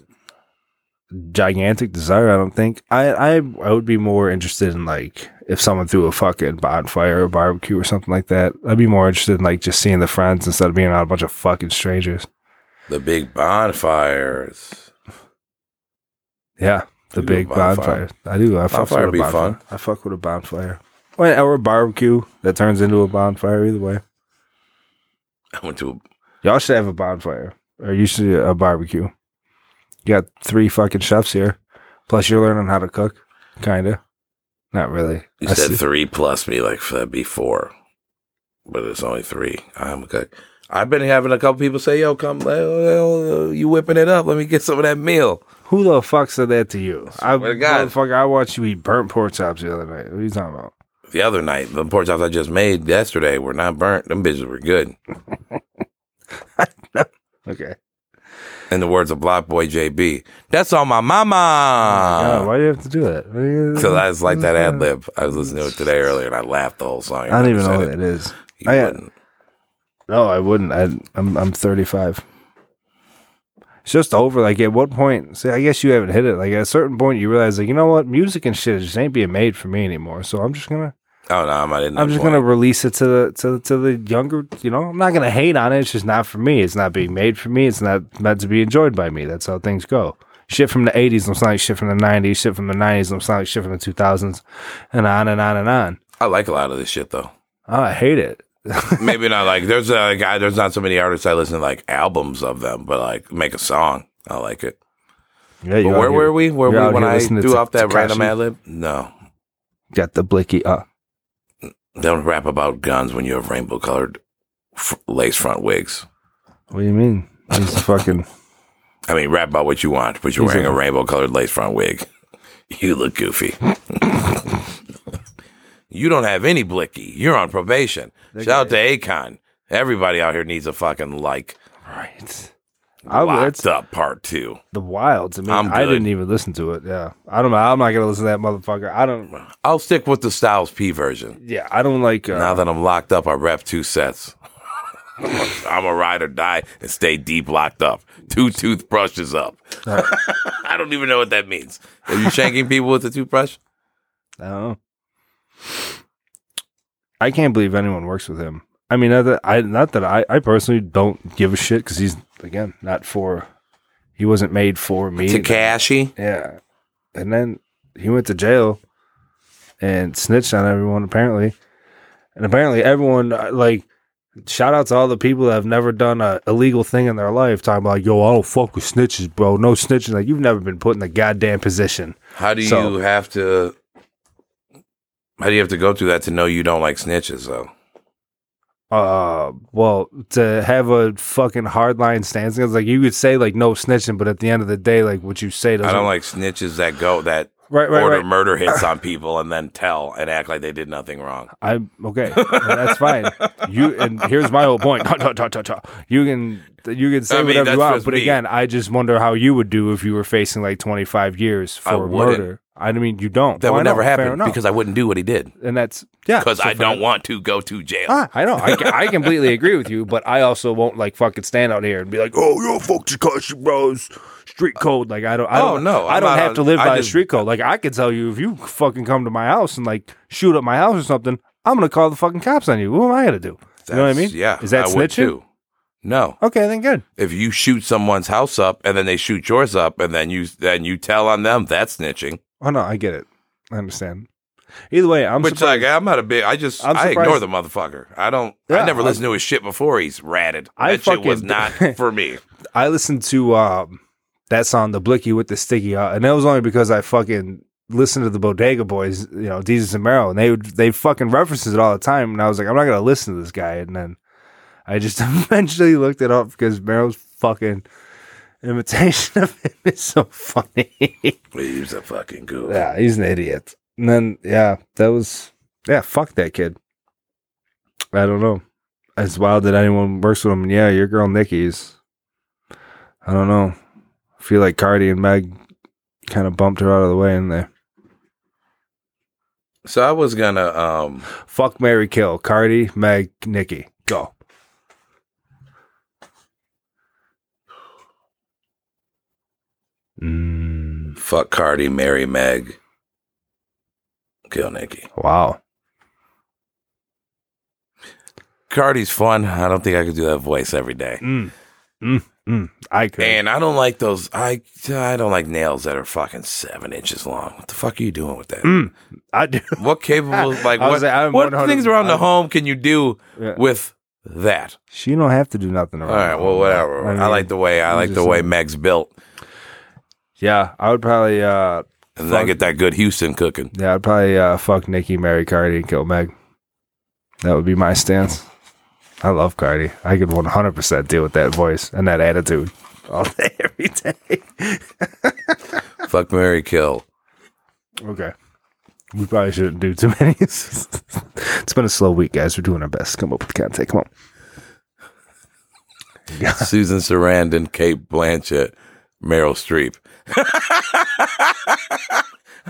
gigantic desire. I don't think I, I I would be more interested in like if someone threw a fucking bonfire or barbecue or something like that. I'd be more interested in like just seeing the friends instead of being out a bunch of fucking strangers. the big bonfires. Yeah, the Ooh, big bonfire. bonfire. I do. I fuck Bonfire with a be bonfire. fun. I fuck with a bonfire. Well, or a barbecue that turns into a bonfire. Either way, I went to y'all should have a bonfire or you should do a barbecue. You got three fucking chefs here, plus you're learning how to cook, kinda. Not really. you I said see- three plus me like that'd be four, but it's only three. I'm good. I've been having a couple people say, "Yo, come, uh, uh, you whipping it up? Let me get some of that meal." Who the fuck said that to you? I, Swear to God. motherfucker, I watched you eat burnt pork chops the other night. What are you talking about? The other night, the pork chops I just made yesterday were not burnt. Them bitches were good. Okay. In the words of Block Boy JB, that's on my Oh God, mama. why do you have to do that? Why do you- Because I was Ah. like that ad lib. I was listening to it today earlier, and I laughed the whole song. I don't even know what it. that is. You I- wouldn't. No, I wouldn't. I, I'm I'm 35. It's just over. Like at what point? See, I guess you haven't hit it. Like at a certain point, you realize, like you know what, music and shit just ain't being made for me anymore. So I'm just gonna, Oh no, I'm not in. I'm just gonna release it to the to to the younger. You know, I'm not gonna hate on it. It's just not for me. It's not being made for me. It's not meant to be enjoyed by me. That's how things go. Shit from the 80s looks like shit from the 90s. Shit from the 90s looks like shit from the 2000s, and on and on and on. I like a lot of this shit though. Oh, I hate it. maybe not like there's a guy there's not so many artists I listen to like albums of them, but like make a song. I like it. Yeah, out But where here- were we? Where you're were out we when here I listening threw to off that Tekashi? random ad lib? No. Got the blicky. Uh, Don't rap about guns when you have rainbow colored f- lace front wigs. what do you mean? He's fucking. I mean, rap about what you want, but you're He's wearing a- a rainbow colored lace front wig. You look goofy. you don't have any blicky. You're on probation. Shout out to Akon. Everybody out here needs a fucking like Right. I would- locked it's- up part two. The Wilds. I mean, I'm I good. didn't even listen to it. Yeah, I don't know. I'm not gonna listen to that motherfucker. I don't. I'll stick with the Styles P version. Yeah, I don't like. Uh, Now that I'm locked up, I rep two sets. I'm a ride or die and stay deep locked up. Two toothbrushes up. I don't even know what that means. Are you shanking people with a toothbrush? I don't know. I can't believe anyone works with him. I mean, not that I, not that I, I personally don't give a shit because he's again, not for. He wasn't made for me. Takashi. Yeah. And then he went to jail and snitched on everyone, apparently. And apparently, everyone, uh, like, shout out to all the people that have never done a illegal thing in their life, talking about, yo, I don't fuck with snitches, bro. No snitching. Like, you've never been put in the goddamn position. How do So- you have to? How do you have to go through that to know you don't like snitches though? Uh, well, to have a fucking hardline stance against, like, you could say, like, no snitching, but at the end of the day, like, what you say doesn't. I don't like snitches that go that Right, right, order right. murder hits on people and then tell and act like they did nothing wrong. I'm okay. That's fine. You and here's my whole point. Ta, ta, ta, ta, ta. You can you can say I mean, whatever you that's want, just but me. again, I just wonder how you would do if you were facing like 25 years I for wouldn't. murder. I mean, you don't. That Why would never not? Fair happen enough. because I wouldn't do what he did and that's yeah. because so I fair don't enough. want to go to jail. Ah, I know. I, I completely agree with you, but I also won't like fucking stand out here and be like, "Oh, you're fucked, Takashi Bros." Street code, like I don't. I Oh, don't, no, I I'm don't not have a- to live I by a just- street code. Like I could tell you if you fucking come to my house and like shoot up my house or something, I'm gonna call the fucking cops on you. What am I gonna do? you know what I mean? That's- Yeah, Is that I snitching? would too. No, Okay, then good. if you shoot someone's house up and then they shoot yours up and then you then you tell on them, that's snitching. Oh no, I get it. I understand. Either way, I'm Which surprised. like I'm not a big. I just I'm I surprised- ignore the motherfucker. I don't. Yeah, I never I- listened to his shit before he's ratted. I that shit was fucking- not for me. I listened to um, that song, "The Blicky with the Sticky," uh, and that was only because I fucking listened to the Bodega Boys, you know, Jesus and Merrill, and they would- they fucking references it all the time, and I was like, I'm not gonna listen to this guy, and then I just eventually looked it up because Merrill's fucking imitation of him is so funny. He's a fucking goof. yeah, he's an idiot. And then yeah, that was yeah, fuck that kid. I don't know. It's wild that anyone works with him. And yeah, your girl Nikki's. I don't know. I feel like Cardi and Meg kind of bumped her out of the way in there. So I was gonna. um Fuck Mary Kill. Cardi, Meg, Nikki. Go. Mm, Fuck Cardi, marry Meg, kill Nikki. wow. Cardi's fun. I don't think I could do that voice every day. Mm, mm, mm. I could. And I don't like those. I I don't like nails that are fucking seven inches long. What the fuck are you doing with that? Mm, I do. What capable? Like I what? was like, I'm what 100 things around I- the home can you do Yeah. with that? She don't have to do nothing around. All right. the Well, home, whatever. I, mean, like the way I I'm like the just way saying. Meg's built, Yeah, I would probably. uh and then I Fuck. get that good Houston cooking. Yeah, I'd probably uh, fuck Nikki, marry Cardi, and kill Meg. That would be my stance. I love Cardi. I could 100% deal with that voice and that attitude all day, every day. Fuck Mary Kill. Okay. We probably shouldn't do too many. it's been a slow week, guys. We're doing our best. Come up with content. Come on. Susan Sarandon, Kate Blanchett, Meryl Streep.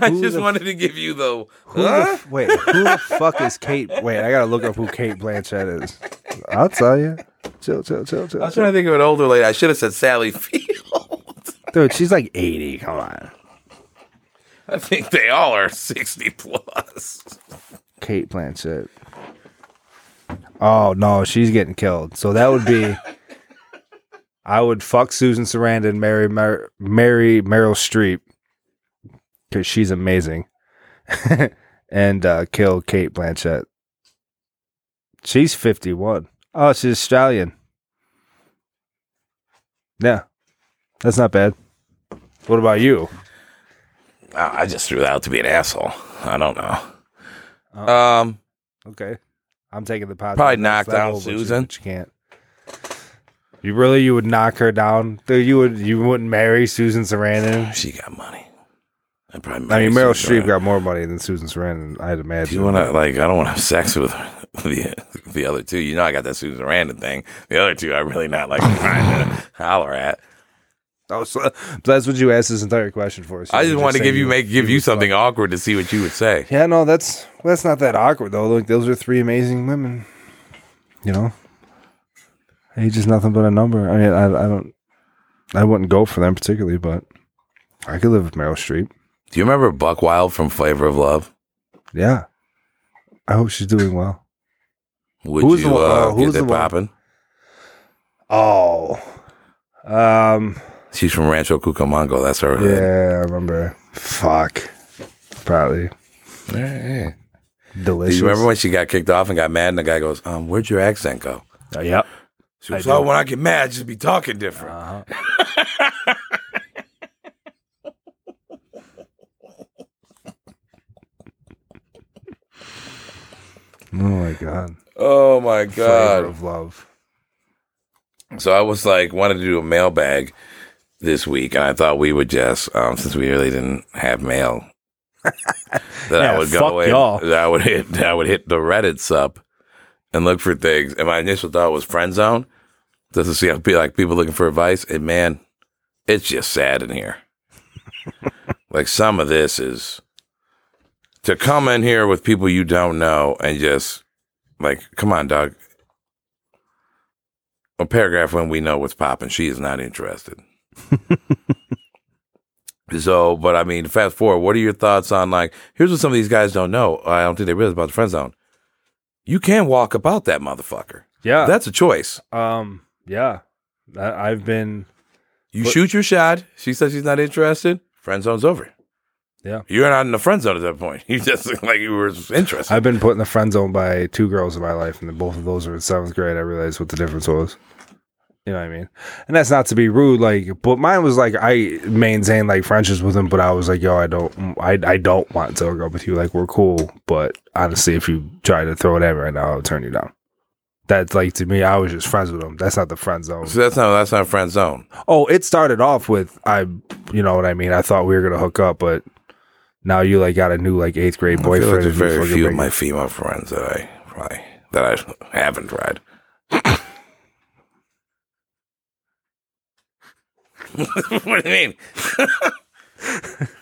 I Who just the- wanted to give you the. Who the, f- wait, who the fuck is Kate? Wait, I gotta look up who Kate Blanchett is. I'll tell you. Chill, chill, chill, I chill. was trying to think of an older lady. I should have said Sally Field. Dude, she's like 80. Come on. I think they all are 60 plus. Kate Blanchett. Oh, no, she's getting killed. So that would be. I would fuck Susan Sarandon, marry, Mer- marry Meryl Streep, because she's amazing, and uh, kill Kate Blanchett. She's 51. Oh, she's Australian. Yeah. That's not bad. What about you? Ah, I just threw that out to be an asshole. I don't know. Um, Okay. I'm taking the pot. Probably knock down Susan. You, can't. You really you would knock her down? Dude, You would you wouldn't marry Susan Sarandon? she got money. I probably. I mean marry Meryl Susan Streep got more money than Susan Sarandon, I'd If imagine. you want to, like, I don't want to have sex with the the other two. You know, I got that Susan Sarandon thing. The other two, I really not like trying to holler at. oh, so, so that's what you asked this entire question for. so I you're just wanted to saying give you make give you something awkward to see what you would say. Yeah, no, that's well, that's not that awkward though. Look, those are three amazing women. You know? Age is nothing but a number. I mean I I don't I wouldn't go for them particularly, but I could live with Meryl Streep. Do you remember Buck Wild from Flavor of Love? Yeah. I hope she's doing well. Would Who's the you one- uh, oh, who's get the that one? popping? Oh. Um, She's from Rancho Cucamonga. That's her hood. yeah, I remember. Fuck. Probably Yeah, yeah. Do delicious. you remember when she got kicked off and got mad, and the guy goes, um, "Where'd your accent go?" Uh, yep. She I was, do. "Oh, when I get mad, I just be talking different." Uh-huh. oh my god. oh my Flavor god! of love. So I was like, wanted to do a mailbag this week, and I thought we would just, um, since we really didn't have mail, that I Yeah, would fuck go away. y'all. That I would hit. That I would hit the Reddit's up and look for things. And my initial thought was friend zone, just to see how pe- like people looking for advice. And man, it's just sad in here. like some of this is to come in here with people you don't know and just like, come on, dog. A paragraph when we know what's popping. She is not interested. so, but I mean, fast forward. What are your thoughts on like? Here's what some of these guys don't know. I don't think they realize about the friend zone. You can walk about that motherfucker. Yeah. That's a choice. um yeah. I, I've been You But- shoot your shot. She says she's not interested. Friend zone's over. Yeah. you're not in the friend zone at that point. You just look like you were interested. I've been put in the friend zone by two girls in my life, and both of those were in seventh grade. I realized what the difference was. You know what I mean? And that's not to be rude, like, but mine was like I maintained like friendships with them, but I was like, yo, I don't, I, I don't want to hook up with you. Like, we're cool, but honestly, if you try to throw it at me right now, I'll turn you down. That's like to me, I was just friends with them. That's not the friend zone. so that's not that's not friend zone. Oh, it started off with I, you know what I mean. I thought we were gonna hook up, but now you like got a new like eighth grade I feel boyfriend. like there's and you very fucking few of bring- my female friends that I probably, that I haven't tried. what do you mean?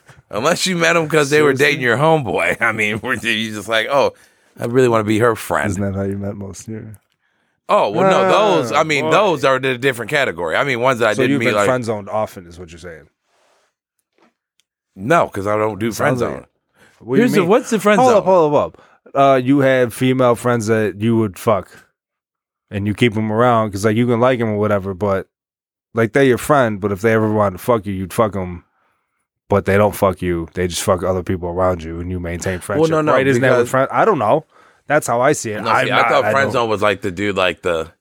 Unless you met them because they were dating your homeboy. I mean, were you just like, oh, I really want to be her friend? Isn't that how you met most? Yeah. Oh well, no, Ah, those. I mean, boy. those are the different category. I mean, ones that I So didn't you've meet. been Like, friend zoned often, is what you're saying. no, because I don't do friend Sounds like zone. it. What do you Here's the, mean? what's the friend hold zone? up, hold up, hold up. Uh, you have female friends that you would fuck, and you keep them around because like you can like them or whatever, but like they're your friend. But if they ever wanted to fuck you, you'd fuck them. But they don't fuck you. They just fuck other people around you, and you maintain friendship. no, right? Isn't that what because- friend? I don't know. That's how I see it. No, I'm see, not- I thought friend don't- zone was like the dude, like the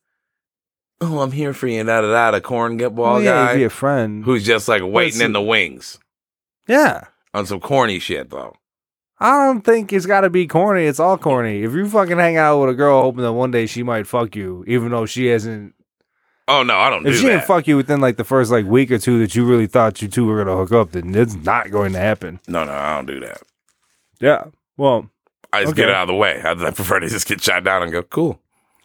oh, I'm here for you, and da da da, the corn get ball yeah, guy you'd be a friend. who's just like waiting it's- in the wings yeah. on some corny shit though. I don't think it's got to be corny. It's all corny. If you fucking hang out with a girl hoping that one day she might fuck you, even though she hasn't, Oh no, I don't if do she didn't that. fuck you within like the first like week or two that you really thought you two were gonna hook up, then it's not going to happen. no, no, I don't do that. Yeah. Well, I just Okay. get it out of the way. I, I prefer to just get shot down and go cool.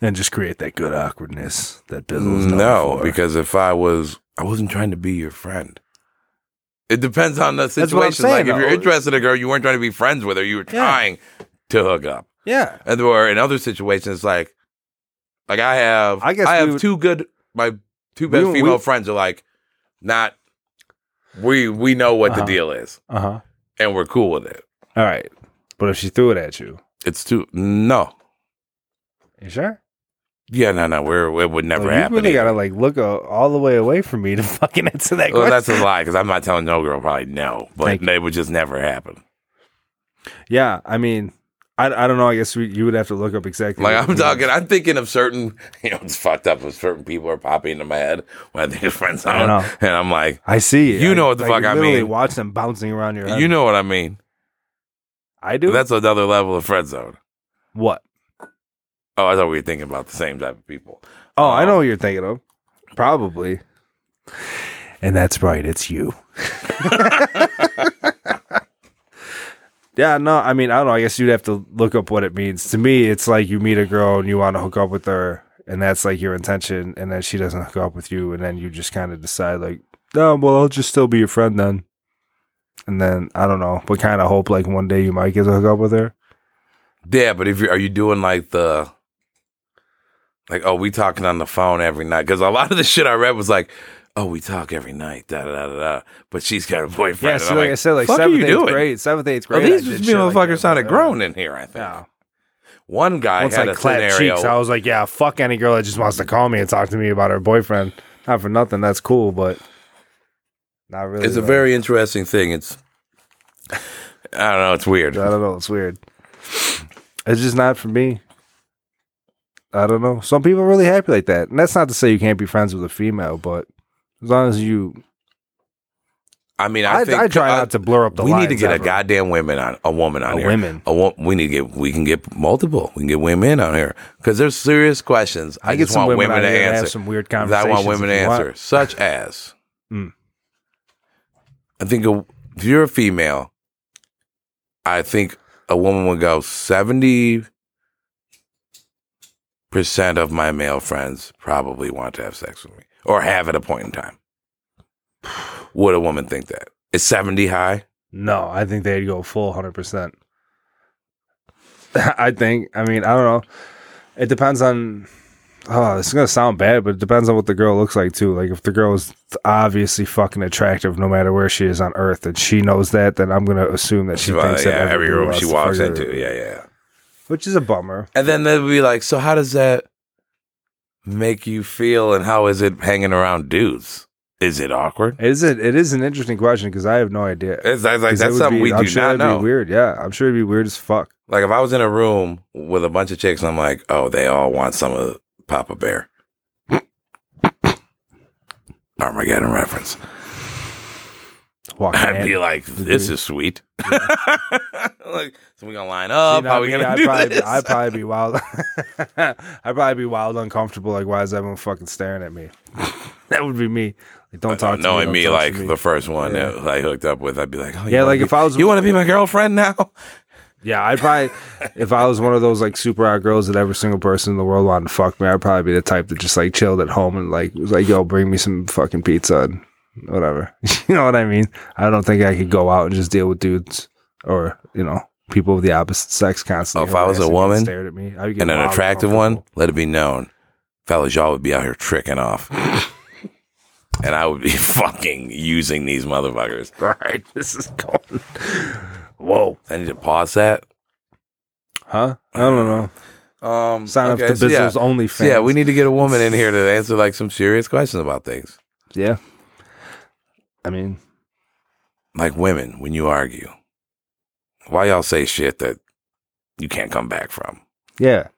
Mm, and just create that good awkwardness that Bizzle's known No, for. because if I was, I wasn't trying to be your friend. It depends on what the I'm situation. like saying, if you're though. interested in a girl, you weren't trying to be friends with her. You were Yeah. trying to hook up. yeah, And there were in other situations like like I have I I guess guess I we have would- two good my two best would- we female would- friends are like not we we know what Uh-huh. the deal is uh huh. and we're cool with it. All right, but if she threw it at you, It's too no. you sure? Yeah, no, no, we're it would never Like, happen. you really either. gotta like look uh, all the way away from me to fucking answer that well, question. that's a lie because I'm not telling no girl probably no, but Thank you. they would just never happen. Yeah, I mean, I, I don't know. I guess we, you would have to look up exactly. Like what I'm we- talking, I'm thinking of certain, you know, it's fucked up. Of certain people are popping into my head when I think of friends, I know. and I'm like, I see. it. You I- know what the fuck I literally mean. Watch them bouncing around your head. you know what I mean? I do. That's another level of friend zone. what? Oh, I thought we were thinking about the same type of people. Oh, I Um, know what you're thinking of. Probably. And that's right. It's you. yeah. No. I mean, I don't know. I guess you'd have to look up what it means. To me, it's like you meet a girl and you want to hook up with her, and that's like your intention, and then she doesn't hook up with you, and then you just kind of decide like, no, well, I'll just still be your friend then. And then I don't know, but kind of hope like one day you might get to hook up with her. Yeah, but if you are you doing like the like oh we talking on the phone every night because a lot of the shit I read was like oh we talk every night da da da da, da but she's got a boyfriend. Yeah, And so I'm like, I said, like "Fuck are seventh, you eighth doing?" grade, seventh, eighth Well, grade. I these did just shit like motherfuckers that, sounded but- grown in here. I think Yeah. one guy Once had I a clapped scenario. cheeks, I was like, yeah, fuck any girl that just wants to call me and talk to me about her boyfriend. Not for nothing, that's cool, but not really. It's a though. very interesting thing. It's I don't know. It's weird. I don't know. It's weird. It's just not for me. I don't know. Some people are really happy like that, and that's not to say you can't be friends with a female, but as long as you, I mean, I, I, I, think try I- not to blur up the. we need to lines get a ever. goddamn women on a woman on A here. women. A wo- we need to get we can get multiple. We can get women on here because there's serious questions. I, I get just some want women, women out to here that have answer. some weird I conversations. want women to if you answer, want. such as Mm. I think a, if you're a female, I think a woman would go seventy percent of my male friends probably want to have sex with me or have at a point in time. Would a woman think that? Is seventy high? No, I think they'd go full hundred percent. I think. I mean, I don't know. It depends on. Oh, this is gonna sound bad, but it depends on what the girl looks like too. Like if the girl is obviously fucking attractive, no matter where she is on Earth, and she knows that, then I'm gonna assume that she Well, thinks yeah, that every dude room wants she to walks fuck her, into. Yeah, yeah. which is a bummer. And then they'll be like, so how does that make you feel and how is it hanging around dudes? Is it awkward? It is a, It is an interesting question because I have no idea. It's, it's like, 'Cause it that's would something be- we I'm do sure not it'd be know. Weird, yeah. I'm sure it'd be weird as fuck. Like if I was in a room with a bunch of chicks and I'm like, oh, they all want some of Papa Bear. Armageddon reference. Walking I'd in. be like, this is sweet. like, so we gonna line up? See, How not we me. gonna I'd do probably, this? I'd probably be wild. I'd probably be wild, uncomfortable. Like, why is everyone fucking staring at me? that would be me. Like, don't talk to knowing me. me, don't talk like to me. the first one Yeah. that I hooked up with, I'd be like, oh, you yeah, wanna like be- if I was, you want to be my girlfriend now? yeah, I'd probably, if I was one of those like super hot girls that every single person in the world wanted to fuck me, I'd probably be the type that just like chilled at home and like was like, yo, bring me some fucking pizza and whatever. you know what I mean? I don't think I could go out and just deal with dudes or you know people of the opposite sex constantly. Oh, if I was a harassing me and woman stared at me, I would get and an wild attractive uncomfortable. one, let it be known, fellas, y'all would be out here tricking off. and I would be fucking using these motherfuckers. All right, this is going. Whoa, I need to pause that. huh? I don't know. Um, Sign okay, up to so yeah. Bizzle's only So fans. yeah, we need to get a woman in here to answer like some serious questions about things. Yeah, I mean, Like women, when you argue, why y'all say shit that you can't come back from? yeah.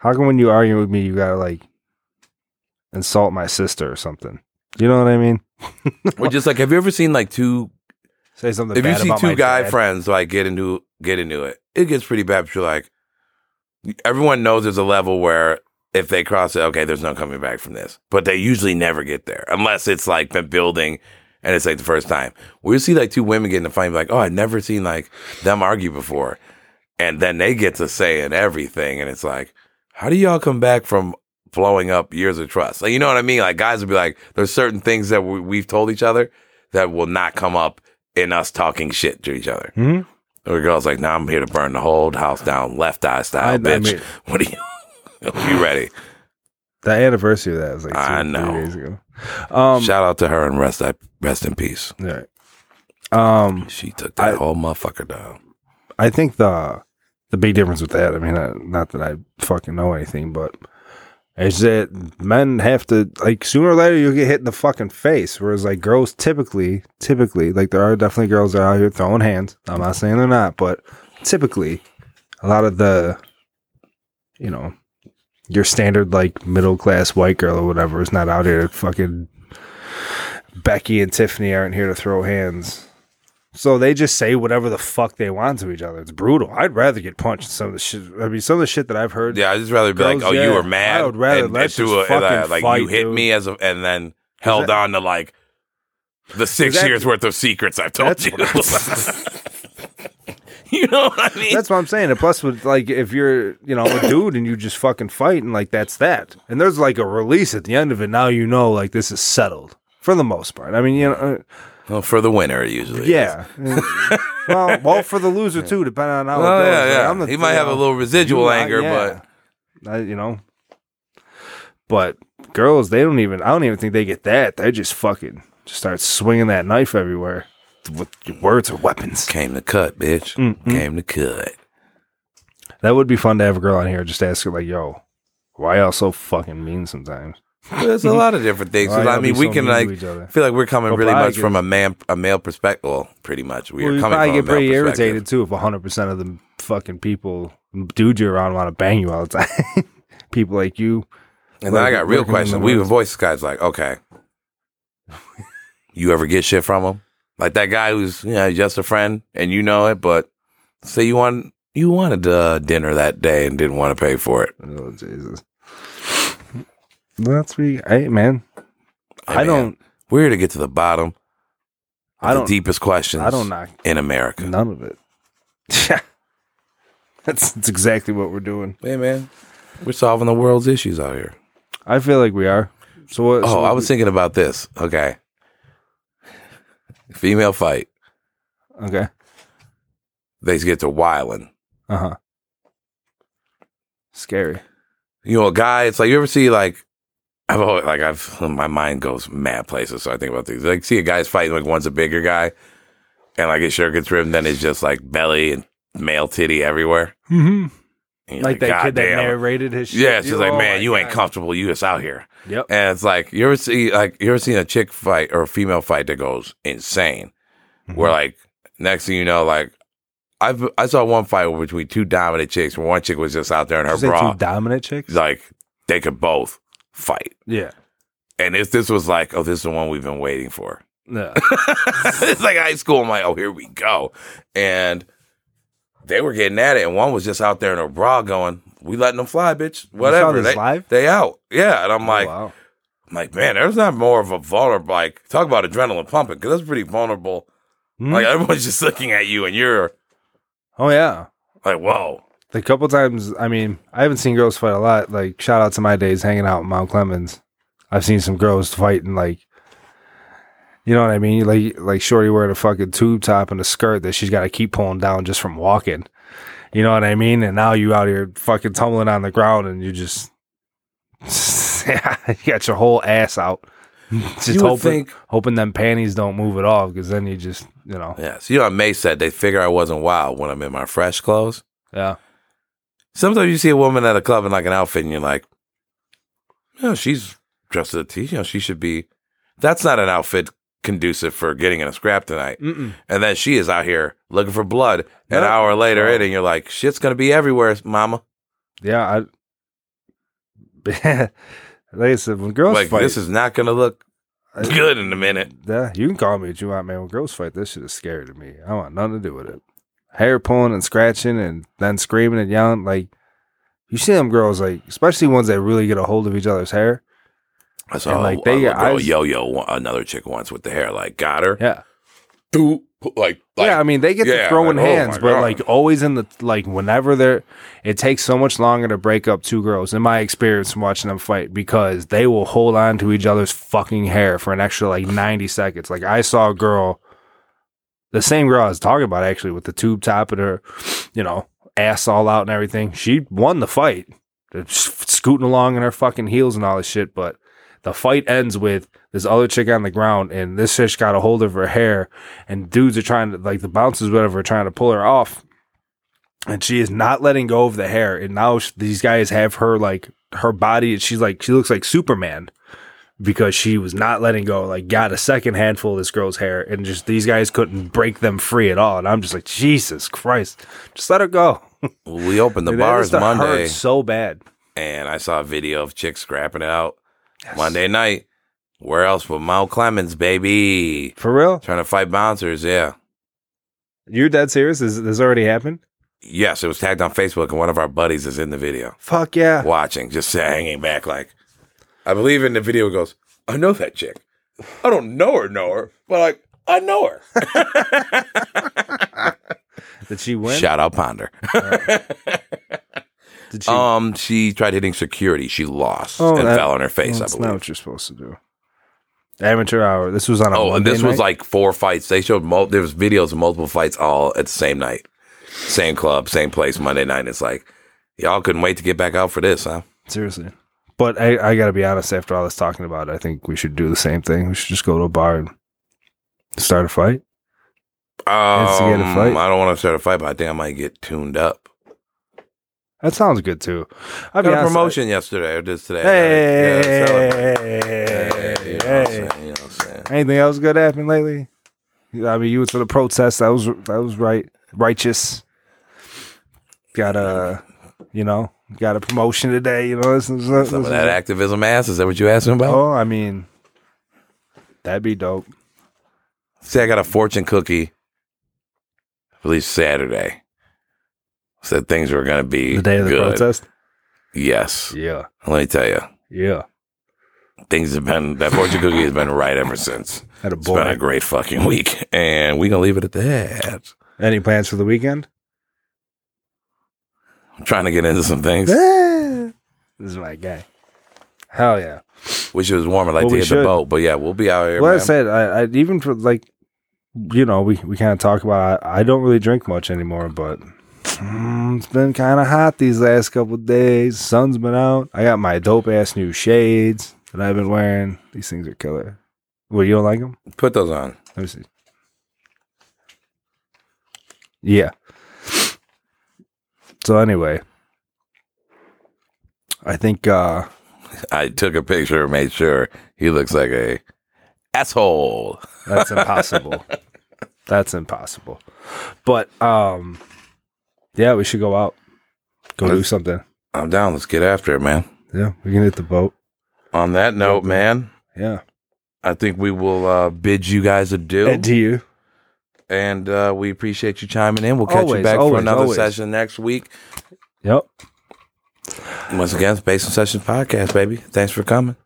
How come when you argue with me, you gotta like insult my sister or something? You know what I mean? Or just like, have you ever seen like two Say something. if you bad see about my two guy dad. friends like get into get into it, it gets pretty bad. But you're like, everyone knows there's a level where if they cross it, okay, there's no coming back from this. But they usually never get there unless it's like been building, and it's like the first time. We see like two women get in a fight, and be like, oh, I've never seen like them argue before, and then they get to saying everything, and it's like, how do y'all come back from? blowing up years of trust. Like, you know what I mean? Like guys would be like, there's certain things that we, we've told each other that will not come up in us talking shit to each other. Mhm. Or girls like, now nah, I'm here to burn the whole house down, left eye style, I- I bitch. mean- what are you? you ready? The anniversary of that was like two, I three know. days ago. Um, Shout out to her and rest I, rest in peace. all right. Um, She took that I- whole motherfucker down. I think the the big difference with that, I mean, I, not that I fucking know anything, but is that men have to like sooner or later you'll get hit in the fucking face. Whereas like girls typically, typically, like there are definitely girls that are out here throwing hands. I'm not saying they're not, but typically, a lot of the, you know, your standard like middle class white girl or whatever is not out here to fucking. Becky and Tiffany aren't here to throw hands. So they just say whatever the fuck they want to each other. It's brutal. I'd rather get punched than some of the shit. I mean, some of the shit that I've heard. Yeah, I'd just rather be Girls, like, oh, yeah. you were mad. I would rather let's threw just and, uh, fucking like you fight, hit dude. me as a, and then held that- on to like the six That- years worth of secrets I've told That's you. what you know what I mean? That's what I'm saying. And plus, with like, if you're, you know, a dude and you just fucking fight, and like that's that. And there's like a release at the end of it. Now you know, like this is settled for the most part. I mean, you know, uh, Well, for the winner, usually. is. yeah. well, well, for the loser too, depending on how. Well, it goes. yeah, Oh, Like, yeah. I'm the- he might have a you know, little residual You- I- anger, yeah. I- you know, but girls, they don't even. I don't even think they get that. They just fucking just start swinging that knife everywhere. With words or weapons. but came to cut, bitch. Mm-mm. Came to cut. That would be fun to have a girl on here just ask her like, "Yo, why y'all so fucking mean sometimes?" There's a lot of different things. Why 'Cause, I y'all be mean, we so can mean to like each other? I feel like we're coming Well, really probably much get- from a man, a male perspective. Well, pretty much, we Well, are you coming probably from get a male pretty perspective. irritated too if 100% of the fucking people, dude, you're around want to bang you all the time. people like you. And then I Like, got working real in the questions. We even woods. voice guys like, okay, you ever get shit from him? Like that guy who's you know just a friend and you know it, but say you want you wanted uh, dinner that day and didn't want to pay for it. Oh, Jesus. That's we. Hey, man. Hey, I man, don't. We're here to get to the bottom. Of I don't. the deepest questions. I don't knock in America. none of it. that's, that's exactly what we're doing. Hey man, we're solving the world's issues out here. I feel like we are. So what? Oh, so I was thinking about this. Okay. Female fight. okay. They get to whiling. Uh huh. Scary. You know, a guy, it's like you ever see like I've always like I've my mind goes mad places, so I think about things. Like see a guy's fighting like one's a bigger guy and like his shirt gets ripped, then it's just like belly and male titty everywhere. Mm-hmm. And you're Like that kid that "Goddamn." narrated his shit. Yeah, it's just like, Oh man, my you ain't God. comfortable. You just out here. Yep. And it's like you ever see like you ever seen a chick fight or a female fight that goes insane, Mm-hmm. where like next thing you know, like I've I saw one fight between two dominant chicks where one chick was just out there in her Did you say bra, two dominant chicks. like they could both fight. Yeah. And if this was like, oh, this is the one we've been waiting for. No. it's like high school. I'm like, oh, here we go. And they were getting at it, and one was just out there in her bra going, "We letting them fly, bitch. Whatever." this they, live? they out, yeah. And I'm like, oh, wow. I'm like, man, there's not more of a vulnerable, like, talk about adrenaline pumping, because that's pretty vulnerable. Hmm? Like, everyone's just looking at you and you're oh yeah. like, whoa. The couple times, I mean, I haven't seen girls fight a lot. Like, shout out to my days hanging out in Mount Clemens. I've seen some girls fighting, like, you know what I mean? Like, like Shorty wearing a fucking tube top and a skirt that she's got to keep pulling down just from walking. You know what I mean? And now you out here fucking tumbling on the ground and you just, you got your whole ass out. Just You would hoping, think- hoping them panties don't move at all because then you just, you know, Yeah. So, you know, what May said they figure I wasn't wild when I'm in my fresh clothes. yeah. Sometimes you see a woman at a club in like an outfit and you're like, no, she's dressed as a T. You know, she should be. That's not an outfit conducive for getting in a scrap tonight. Mm-mm. And then she is out here looking for blood. An No. hour later, in, and you're like, shit's going to be everywhere, mama. Yeah, I. like I said, when girls Like, fight, this is not going to look I- good in a minute. Yeah, you can call me what you want, man. When girls fight, this shit is scary to me. I want nothing to do with it. Hair pulling and scratching, and then screaming and yelling. Like you see them girls, like especially ones that really get a hold of each other's hair. I saw And, like, a, they- a girl I- yo-yo one- another chick once with the hair like got her. Yeah, Ooh, like, like yeah. I mean, they get yeah, to throwing like, oh my hands, but God. like always in the like whenever they're. It takes so much longer to break up two girls, in my experience from watching them fight, because they will hold on to each other's fucking hair for an extra like ninety seconds. Like I saw a girl, the same girl I was talking about actually, with the tube top and her, you know, ass all out and everything. She won the fight, just scooting along in her fucking heels and all this shit, but. The fight ends with this other chick on the ground, and this chick got a hold of her hair, and dudes are trying to like the bouncers, whatever, are trying to pull her off, and she is not letting go of the hair. And now sh- these guys have her like her body. She's like she looks like Superman because she was not letting go. Like got a second handful of this girl's hair, and just these guys couldn't break them free at all. And I'm just like Jesus Christ, just let her go. we opened the That bars used to hurt Monday, so bad. and I saw a video of chicks scrapping it out Monday night. Where else but Mount Clemens, baby? For real, Trying to fight bouncers, yeah. you're dead serious. This, this already happened. Yes, it was tagged on Facebook, and one of our buddies is in the video Fuck yeah. watching, just hanging back. Like, I believe in the video it goes, I know that chick. I don't know her, know her, but like, I know her. Did she win? Shout out Ponder. Did she? Um, she tried hitting security. She lost Oh, and that- fell on her face. I That's not believe. what you're supposed to do. Amateur hour. This was on a Oh, and Monday this was night? like four fights. They showed mul- there was videos of multiple fights all at the same night, same club, same place, Monday night. It's like y'all couldn't wait to get back out for this, huh? seriously. But I, I got to be honest. After all this talking about it, I think we should do the same thing. We should just go to a bar and start a fight. Um, Instigate a fight. I don't want to start a fight, but I think I might get tuned up. That sounds good too. I Got a promotion yesterday or just today. Hey, Yeah, celebrate. hey, Hey, you hey. know what I'm saying, you know what I'm saying. Anything else good happen lately? I mean, you went to the protest. That was that was right, righteous. Got a, you know, got a promotion today. You know, this, this, this, Some of that activism ass. Is that what you asking about? Oh, I mean, that'd be dope. See, I got a fortune cookie. I believe Saturday. Said things were going to be The day of the good. protest. Yes. Yeah, Let me tell you, yeah. things have been that fortune cookie has been right ever since. Had a It's been a boy. great fucking week, and we gonna leave it at that. Any plans for the weekend? I'm trying to get into some things. Ah, this is my guy. Hell yeah. Wish it was warmer, like Well, to we hit should. the boat. But yeah, we'll be out here. Well, I man. said, I, I even for like, you know, we, we kind of talk about. I, I don't really drink much anymore, but mm, it's been kind of hot these last couple of days. Sun's been out. I got my dope ass new shades that I've been wearing. These things are killer. Well, you don't like them? Put those on. Let me see. Yeah. So anyway, I think uh I took a picture, made sure he looks like a asshole. That's impossible. That's impossible. But um yeah, we should go out. Go do Let's- something. I'm down. Let's get after it, man. Yeah, we can hit the boat. On that note, man, Yeah. I think we will uh, bid you guys adieu. And do you? and uh, we appreciate you chiming in. We'll catch Always, you back for always, another always. session next week. Yep. Once again, it's Based on Sessions podcast, baby. Thanks for coming.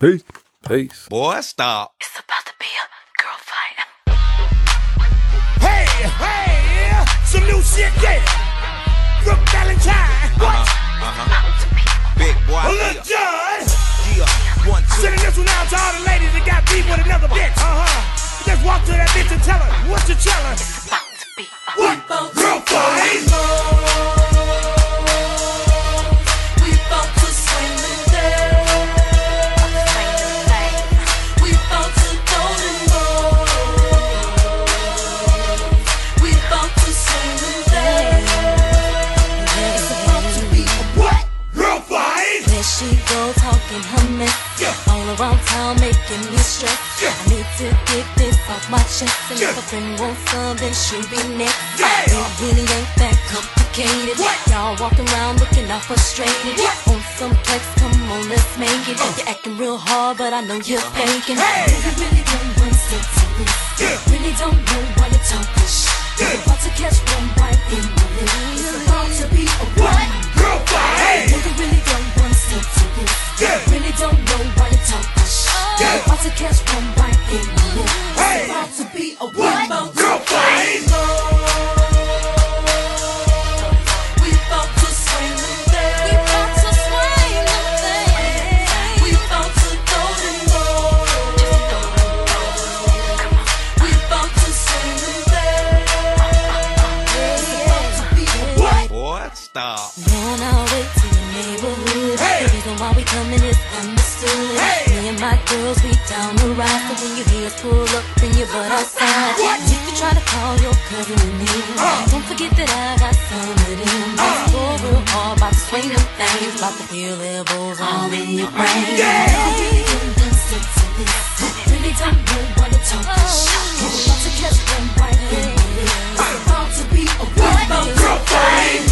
Peace. Peace. Boy, stop. It's about to be a girl fight. Hey, hey, some new shit, yeah. Brooke Valentine. What? Uh-huh. Big boy. A little judge. Yeah. One, two. Sending this one out to all the ladies that got beef with another bitch. Uh huh. Just walk to that bitch and tell her what you tell her. It's about to be a What? Girl fight. We about to swing the day. famous thing. We about to go to more. We about to swing the day. It's about to be a What? Girl fight. There she go talking her mess. Yeah. All around town making me stress. Yeah. I need to get this off my chest. And Yeah. if a friend wants some, then she'll be next. Yeah. It really ain't that complicated. What? Y'all walking around looking all frustrated. What? Uh. Want some flex? Come on, let's make it. You're acting real hard, but I know you're faking. Hey. You really don't want to take this. Yeah. Really don't know what to talk this. Yeah. You're about to catch one bite in the lid. It's about to be a What? one. Girl fight. Nigga really don't want to do this. Yeah. Really don't know why you talk this. shit. Yeah. About to catch one right in the lip. Hey. About to be a What? one. Girl fight. We about to swing the day. We about to swing the day. We about to go to war. We about to swing the day. It's about to be a What? Boy, stop. on our way to the neighborhood. Hey. The reason why we coming is understood. Hey. Me and my girls, we down the ride. So when you hear us pull up, then you butt outside. What? And If you try to call your cousin and me, Uh. don't forget that I got some of them. Uh. Go real hard, about to swing them things, about to feel elbows all in your brain. Yeah. Really don't dance to this. Really don't know what to talk Uh. this shit. About to catch them right in the middle. About to be a what? Girl fight.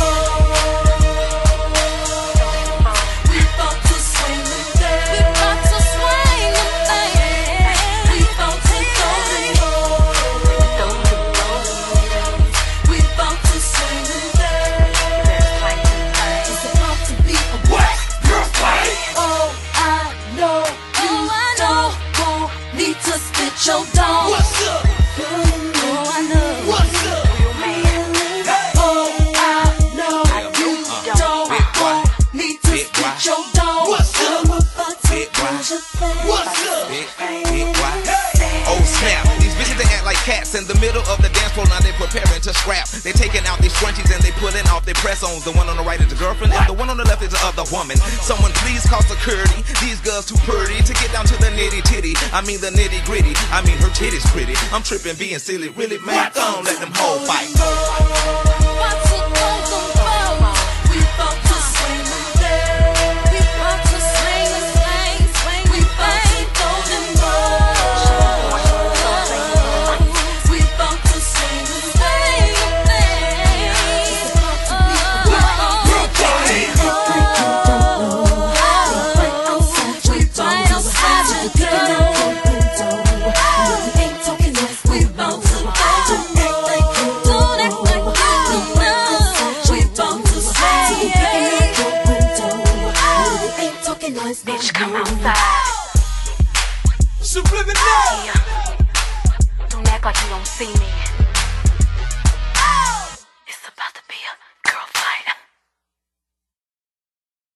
We about to swing the day. We about to swing the day. We about to go to war. We about to swing the day. It's about to be a What? Girl fight. Oh, I know you don't want me to spit your dog. What's up? Oh, I know. What's up? Oh, I know you don't want me to spit your dog. What's up? I'm about to Big why? lose your face. What's up? Big, big boy. Oh snap, these bitches they act like cats in the middle of the dance floor. Now they preparing to scrap. They taking out these scrunchies and they pulling off their press ons. The one on the right is the girlfriend, and the one on the left is the other woman. Someone please call security. These girls too pretty to get down to the nitty titty. I mean the nitty gritty. I mean her titties pretty. I'm tripping, being silly, really man. Don't let them hoes fight. About to go to war. this no Bitch, come you. outside. Subliminal. Yeah. Don't act like you don't see me.